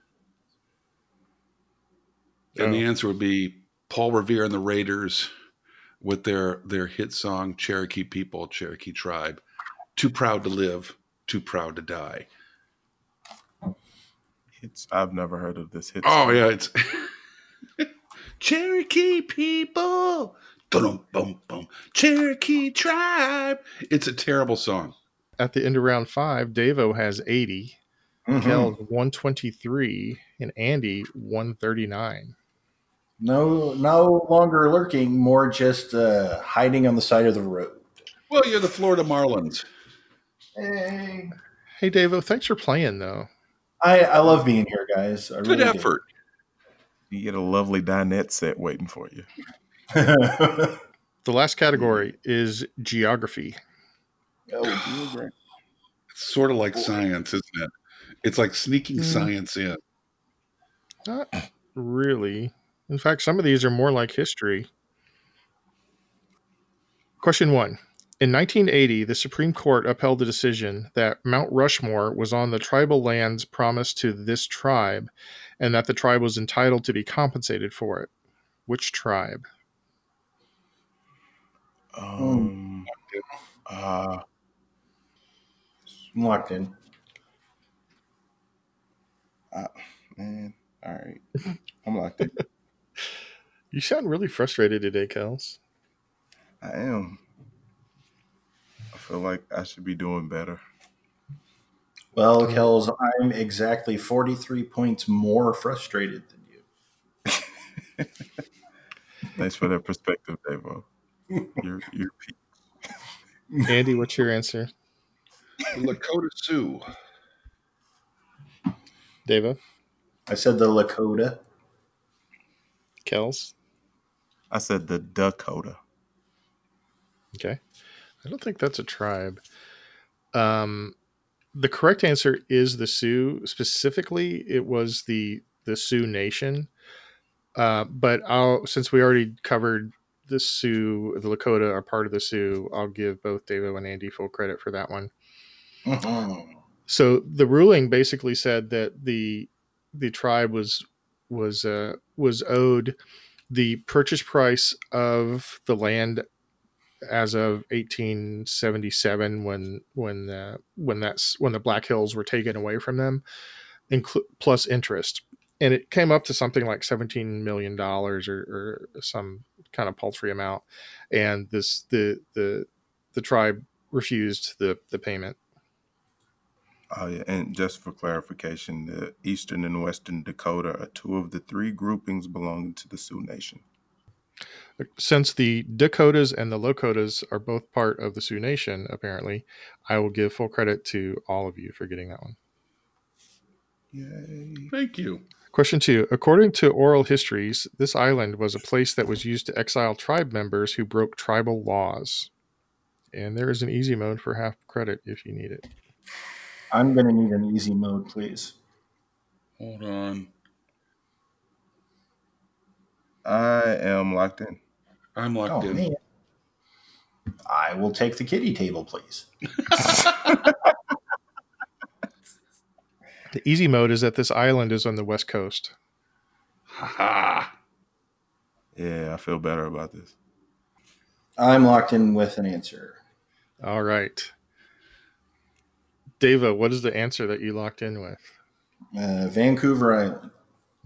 S3: And the
S2: Oh.
S3: answer would be Paul Revere and the Raiders with their their hit song Cherokee People, Cherokee Tribe, Too Proud to Live, Too Proud to Die.
S4: Hits. I've never heard of this hit.
S3: Oh
S4: song.
S3: yeah, it's Cherokee people. Dum bum bum. Cherokee tribe. It's a terrible song.
S2: At the end of round five, Davo has 80,
S1: Mhm.
S4: Mm-hmm.
S2: Kel's 123, and Andy 139.
S1: No, no longer lurking, more just uh, hiding on the side of the road.
S3: Well, you're the Florida Marlins.
S1: Hey.
S2: Hey, Davo, thanks for playing though.
S1: I, I love being here, guys. I
S3: Good
S1: really do.
S3: effort.
S4: You get a lovely dinette set waiting for you.
S1: oh,
S2: The last category is geography.
S1: Oh,
S4: Geogra-
S3: It's sort of like science, isn't it? It's like sneaking
S2: Mm.
S1: Mm-hmm.
S3: science in.
S2: Not really. In fact, some of these are more like history. Question one. In 1980, the Supreme Court upheld the decision that Mount Rushmore was on the tribal lands promised to this tribe and that the tribe was entitled to be compensated for it. Which tribe?
S4: Um, uh,
S1: I'm locked in.
S4: man. All right. I'm locked in.
S2: You sound really frustrated today, Kels.
S4: I am. I feel like I should be doing better.
S1: Well, Kells, I'm exactly 43 points more frustrated than you.
S4: Thanks for that perspective, Davo. You're, you're
S2: Andy, what's your answer?
S3: Lakota Sioux.
S2: Davo?
S1: I said the Lakota.
S2: Kels?
S4: I said the Dakota.
S2: Okay. I don't think that's a tribe. Um, the correct answer is the Sioux. Specifically, it was the the Sioux Nation. Uh, but I'll since we already covered the Sioux, the Lakota are part of the Sioux. I'll give both Davo and Andy full credit for that one.
S3: Uh-huh. Oh,
S1: Mhm.
S2: So the ruling basically said that the the tribe was was uh, was owed the purchase price of the land as of 1877 when when uh, when that's when the Black Hills were taken away from them, inclu- plus interest, and it came up to something like 17 million dollars or, or some kind of paltry amount, and this the the the tribe refused the the payment.
S4: Oh yeah, and just for clarification, the Eastern and Western Dakota are two of the three groupings belonging to the Sioux Nation.
S2: Since the Dakotas and the Lokotas are both part of the Sioux Nation, apparently, I will give full credit to all of you for getting that one.
S4: Yay!
S3: Thank you.
S2: Question two. According to oral histories, this island was a place that was used to exile tribe members who broke tribal laws. And there is an easy mode for half credit if you need it.
S1: I'm going to need an easy mode, please.
S3: Hold on.
S4: I am locked in.
S3: I'm
S1: Oh,
S3: locked in.
S1: man. I will take the kitty table, please.
S2: The easy mode is that this island is on the west coast.
S3: Ha ha.
S4: Yeah, I feel better about this.
S1: I'm locked in with an answer.
S2: All right. Deva, what is the answer that you locked in with?
S1: Uh, Vancouver Island.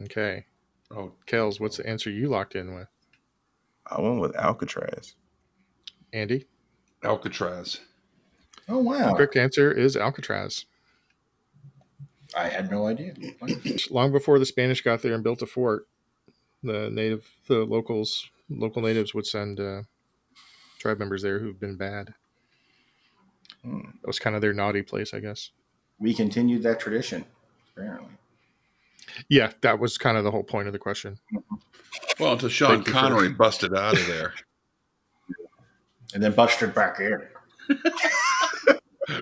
S2: Okay.
S3: Oh,
S2: Kels, what's the answer you locked in with?
S4: I went with Alcatraz.
S2: Andy?
S3: Alcatraz.
S1: Oh, wow.
S2: Correct answer is Alcatraz.
S1: I had no idea. Wonderful.
S2: long before the Spanish got there and built a fort, the native, the locals, local natives would send uh, tribe members there who've been bad.
S4: Hmm.
S2: That was kind of their naughty place, I guess.
S1: We continued that tradition, apparently.
S2: Yeah, that was kind of the whole point of the question.
S3: Well, until Sean
S2: Thank you for-
S3: Connery busted out of there,
S1: And then busted back in.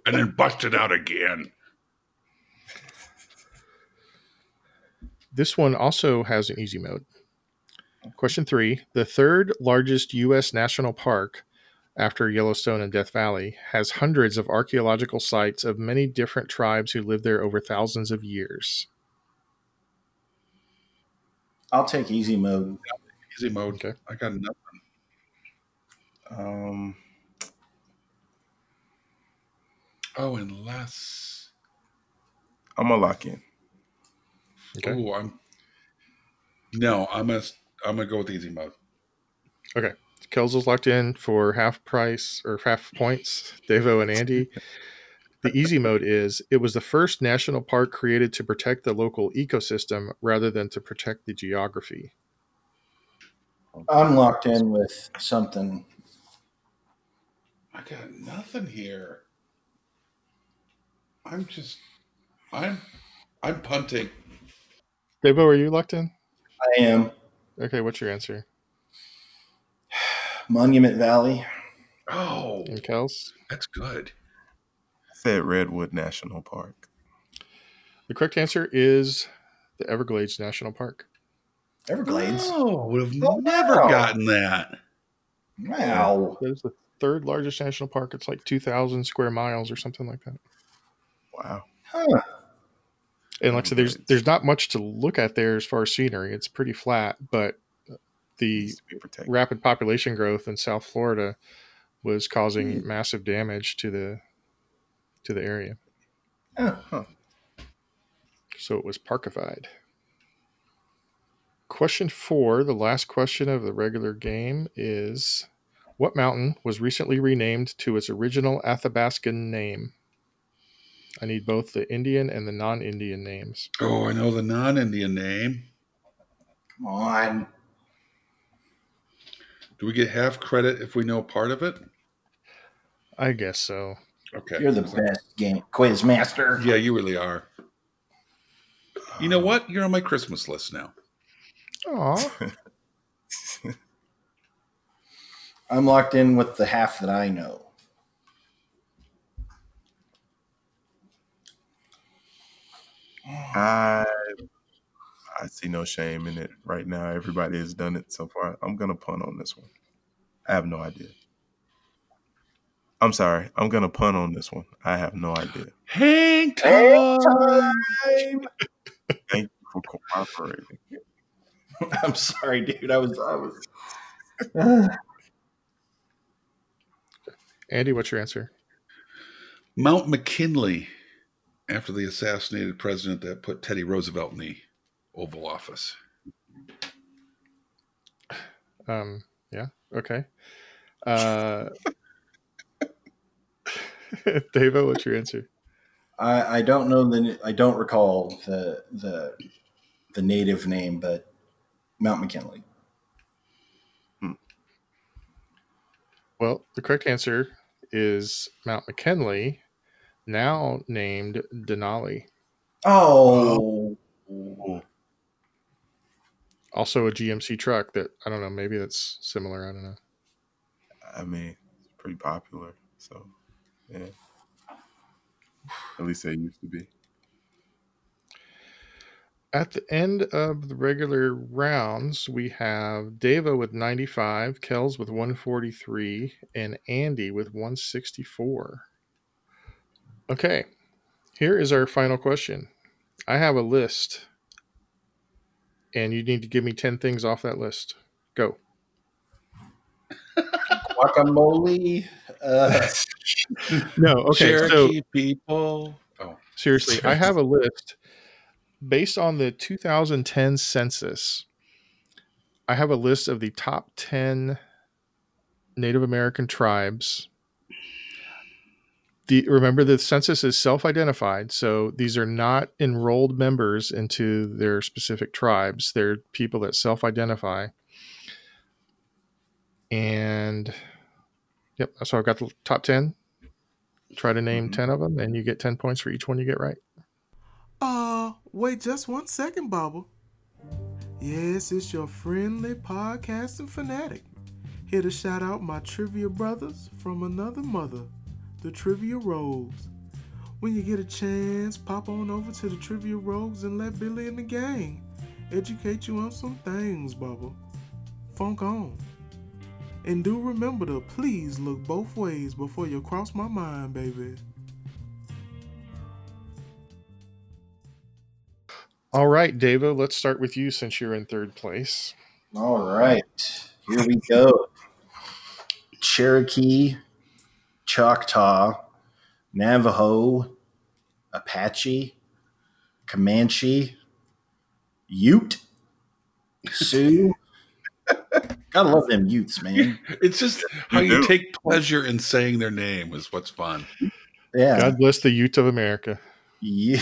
S3: and then busted out again.
S2: This one also has an easy mode. Question three The third largest U.S. national park after Yellowstone and Death Valley has hundreds of archaeological sites of many different tribes who lived there over thousands of years.
S1: I'll take easy mode.
S3: Easy mode.
S2: Okay.
S3: I got nothing.
S4: Um,
S3: Oh, unless.
S4: I'm gonna lock in.
S2: Okay.
S3: Oh, I'm. No, I'm gonna. I'm gonna go with easy mode.
S2: Kells is locked in for half price or half points. Devo and Andy. The easy mode is it was the first national park created to protect the local ecosystem rather than to protect the geography.
S1: I'm locked in with something.
S3: I got nothing here. I'm just. I'm. I'm punting.
S2: Devo, are you locked in?
S1: I am
S2: Okay, what's your answer?
S1: Monument Valley.
S3: Oh,
S2: And Kells?
S3: that's good.
S4: I said Redwood National Park.
S2: The correct answer is the Everglades National Park.
S1: Everglades.
S3: Oh, would have
S1: Oh,
S3: never
S1: wow.
S3: gotten that.
S1: Wow.
S2: That is the third largest national park. It's like 2,000 square miles or something like that.
S4: Wow.
S1: Huh.
S2: And like I said, there's
S4: Everglades.
S2: there's not much to look at there as far as scenery. It's pretty flat, but the
S4: Needs to be protected.
S2: rapid population growth in South Florida was causing massive damage to the to the area. Oh,
S1: Huh.
S2: So it was parkified. Question four, the last question of the regular game is what mountain was recently renamed to its original Athabascan name? I need both the Indian and the non Indian names.
S3: Oh, I know the non-Indian name.
S1: Come on.
S3: Do we get half credit if we know part of it?
S2: I guess so.
S3: Okay.
S1: You're the best game quiz master.
S3: Yeah, you really are. You
S1: Um,
S3: know what? You're on my Christmas list now.
S2: Aw.
S1: I'm locked in with the half that I know.
S4: I I see no shame in it right now. Everybody has done it so far. I'm gonna punt on this one. I have no idea. I'm sorry. I'm gonna punt on this one. I have no idea.
S1: Hang
S3: Hang time.
S4: Thank you for cooperating.
S1: I'm sorry, dude. I was. I was. Uh,
S2: Andy, what's your answer?
S3: Mount McKinley, after the assassinated president that put Teddy Roosevelt in the Oval Office.
S2: Um, yeah, okay. Uh, Devo, what's your answer?
S1: I, I don't know the. I don't recall the the the native name, but Mount McKinley.
S2: Well, the correct answer is Mount McKinley, now named Denali,
S1: Oh,
S4: Ooh,
S2: also a GMC truck that I don't know, maybe that's similar. I don't know.
S4: I mean, it's pretty popular. So, yeah. At least they used to be.
S2: At the end of the regular rounds, we have Deva with 95, Kells with 143, and Andy with 164. Okay, here is our final question. I have a list, and you need to give me 10 things off that list. Go.
S1: guacamole.
S3: Oh.
S1: Uh,
S2: No, okay.
S3: Cherokee people. Oh,
S2: Seriously, I have a list based on the 2010 census. I have a list of the top 10 Native American tribes. The, remember, the census is self identified, so these are not enrolled members into their specific tribes. They're people that self identify. And Yep. So I've got the top 10. Try to name
S3: Mhm.
S2: 10 of them, and you get 10 points for each one you get right.
S5: Uh, wait just one second, Bubba. Yes, it's your friendly podcasting fanatic. Here to shout out my trivia brothers from another mother, the Trivia Rogues. When you get a chance, pop on over to the Trivia Rogues and let Billy and the gang educate you on some things, Bubba. Funk on. And do remember to please look both ways before you cross my mind, baby.
S2: All right, Davo, let's start with you since you're in third place.
S1: All right, here we go. Cherokee, Choctaw, Navajo, Apache, Comanche, Ute, Sioux. Gotta love them Utes, man.
S3: It's just how
S4: You
S3: you
S4: do.
S3: take pleasure in saying their name is what's fun.
S1: Yeah.
S2: God bless the youth of America.
S1: yeah.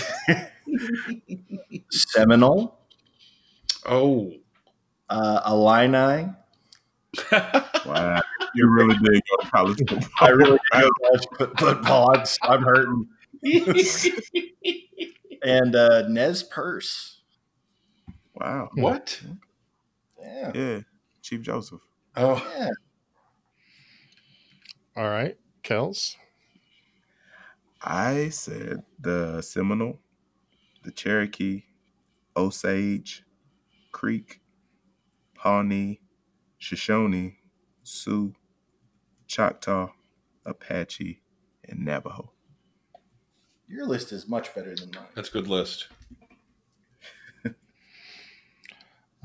S1: Seminole,
S3: Oh,
S1: uh, Illini.
S4: Wow. You really did go to college football.
S1: I really don't watch foot- football. I'm, I'm hurting. And uh, Nez Perce.
S4: Wow.
S3: what?
S1: Yeah.
S4: Yeah. Chief Joseph.
S3: Oh,
S1: Yeah.
S2: All right, Kels.
S4: I said the Seminole, the Cherokee, Osage, Creek, Pawnee, Shoshone, Sioux, Choctaw, Apache, and Navajo.
S1: Your list is much better than mine.
S3: that's a good list.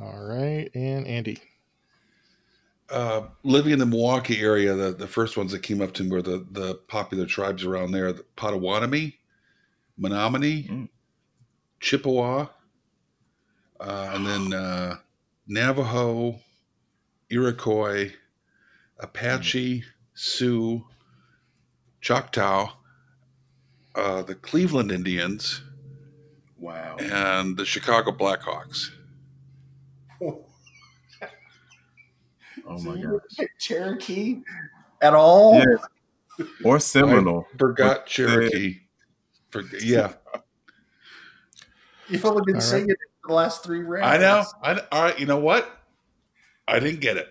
S2: All right, and Andy.
S3: Uh, living in the Milwaukee area, the, the first ones that came up to me were the, the popular tribes around there the Potawatomi, Menominee,
S4: Mm.
S3: Chippewa, uh, and then uh, Navajo, Iroquois, Apache, Sioux, Choctaw, uh, the Cleveland Indians,
S1: Wow.
S3: Oh, and the Chicago Blackhawks.
S4: Oh
S1: So
S4: my
S1: you
S4: God.
S1: didn't pick Cherokee at all?
S4: Yeah. Or Seminole.
S3: Forgot Cherokee. Forg yeah,
S1: You've only been
S2: All right.
S1: singing it for the last three rounds.
S3: I know. I, all right, you know what? I didn't get it.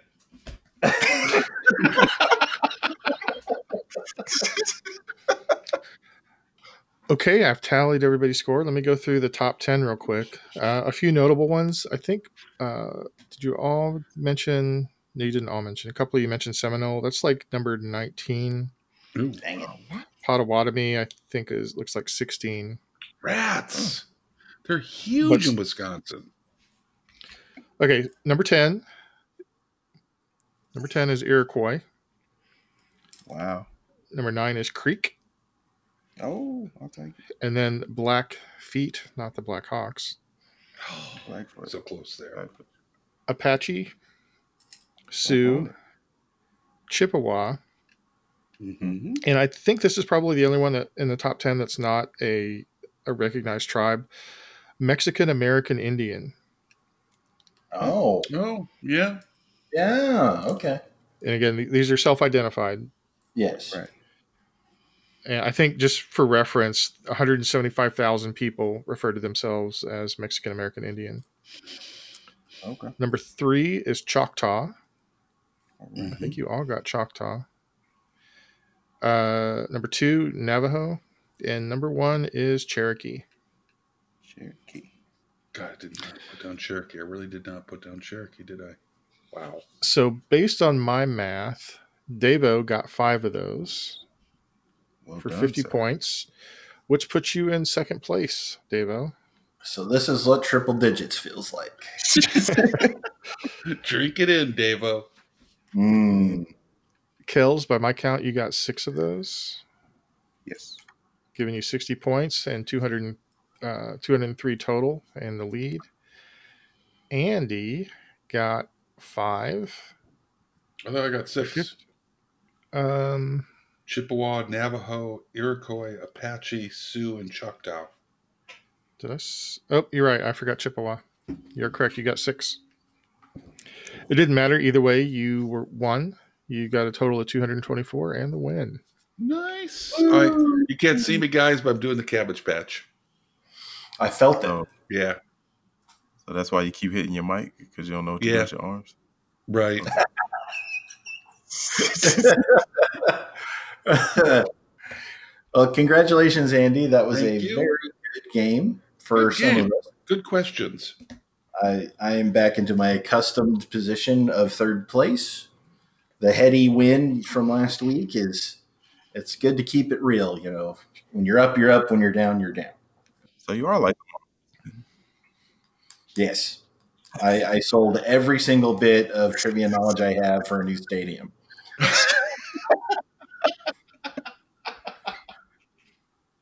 S2: Okay, I've tallied everybody's score. Let me go through the top 10 real quick. Uh, a few notable ones. I think, uh, did you all mention? No, you didn't all mention. A couple of you mentioned Seminole. That's like number 19.
S3: Ooh,
S1: Dang it.
S2: Potawatomi, I think, is looks like 16.
S3: rats. They're huge
S2: What's-
S3: in Wisconsin.
S2: Okay, number 10. Number 10 is Iroquois.
S4: Wow.
S2: Number 9 is Creek.
S4: Oh, I'll take it.
S2: And then Blackfeet, not the Black Hawks.
S4: Blackfoot.
S3: Oh, So close there.
S4: Blackfoot.
S2: Apache,
S4: Oh,
S2: Sioux, Chippewa,
S3: Mm-hmm.
S2: and I think this is probably the only one that in the top ten that's not a a recognized tribe. Mexican American Indian,
S1: Oh,
S3: Oh, yeah.
S1: yeah. Okay.
S2: and again, th- these are self-identified.
S1: Yes.
S3: Right.
S2: And I think just for reference, 175,000 people refer to themselves as Mexican American Indian.
S4: Okay.
S2: Number three is Choctaw.
S4: All right.
S2: I
S3: Mhm.
S2: think you all got Choctaw. Uh, number two, Navajo, and number one is Cherokee.
S4: Cherokee.
S3: God, I did not put down Cherokee. I really did not put down Cherokee, did I? Wow.
S2: So based on my math, Davo got five of those.
S4: Well
S2: for
S4: done,
S2: 50
S4: sir.
S2: points, which puts you in second place, Davo.
S1: So this is what triple digits feels like.
S3: Drink it in, Davo. Hmm.
S1: Mm.
S2: Kills, by my count, you got six of those,
S4: Yes.
S2: giving you 60 points and 200, and, uh, 203 total and the lead. Andy got five.
S3: I thought I got six.
S2: Um,
S3: Chippewa, Navajo, Iroquois, Apache, Sioux, and Choctaw.
S2: did I? S- oh, you're right. I forgot Chippewa. You're correct. You got six. It didn't matter either way. You were one. You got a total of 224 and the win.
S3: Nice. I, you can't see me, guys, but I'm doing the cabbage patch.
S1: I felt that.
S4: So,
S3: Yeah,
S4: so that's why you keep hitting your mic because you don't know what to do
S3: Yeah.
S4: with your arms.
S3: right.
S1: well, congratulations, Andy. That was
S3: Oh. Thank
S1: a
S3: you.
S1: very good game for
S3: Good
S1: some
S3: game.
S1: of us.
S3: Good questions.
S1: I, I am back into my accustomed position of third place. The heady win from last week is it's good to keep it real, you know. When you're up, you're up. When you're down, you're down.
S4: So you are like,
S1: Yes. I, I sold every single bit of trivia knowledge I have for a new stadium.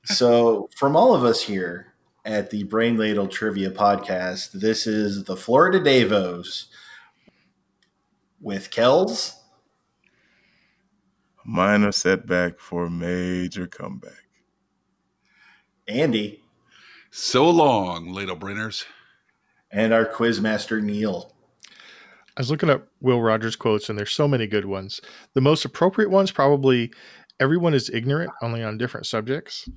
S1: so, from all of us here at the Brain Ladle Trivia Podcast, this is the Florida Davos with Kells.
S4: minor setback for major comeback.
S1: Andy,
S3: So long, Ladle Brinners.
S1: and our quizmaster Neil.
S2: I was looking up Will Rogers quotes, and there's so many good ones. The most appropriate ones probably everyone is ignorant, only on different subjects.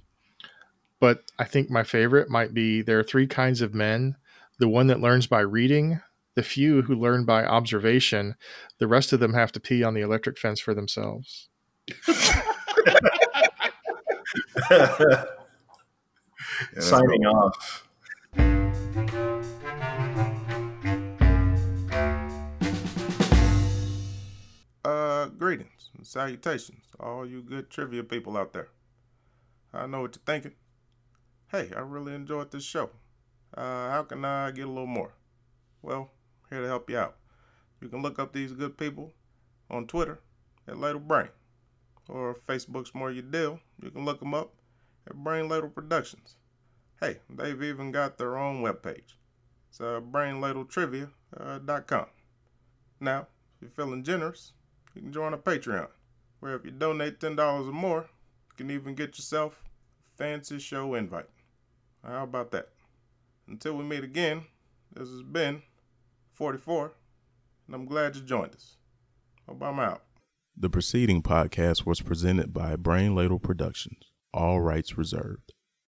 S2: But I think my favorite might be there are three kinds of men the one that learns by reading, the few who learn by observation, the rest of them have to pee on the electric fence for themselves.
S4: Yeah, that's
S1: Signing off.
S5: Uh, greetings and salutations, all you good trivia people out there. I know what you're thinking. Hey, I really enjoyed this show. Uh, how can I get a little more? Well, here to help you out. You can look up these good people on Twitter at Ladle Brain, or Facebook's More Your Deal. You can look them up at Brain Ladle Productions. Hey, they've even got their own webpage. It's uh, brainladletrivia.com. Now, if you're feeling generous, you can join a Patreon, where if you donate $10 or more, you can even get yourself a fancy show invite. How about that? Until we meet again, this has been 44, and I'm glad you joined us. Hope I'm out.
S4: The preceding podcast was presented by Brain Ladle Productions, all rights reserved.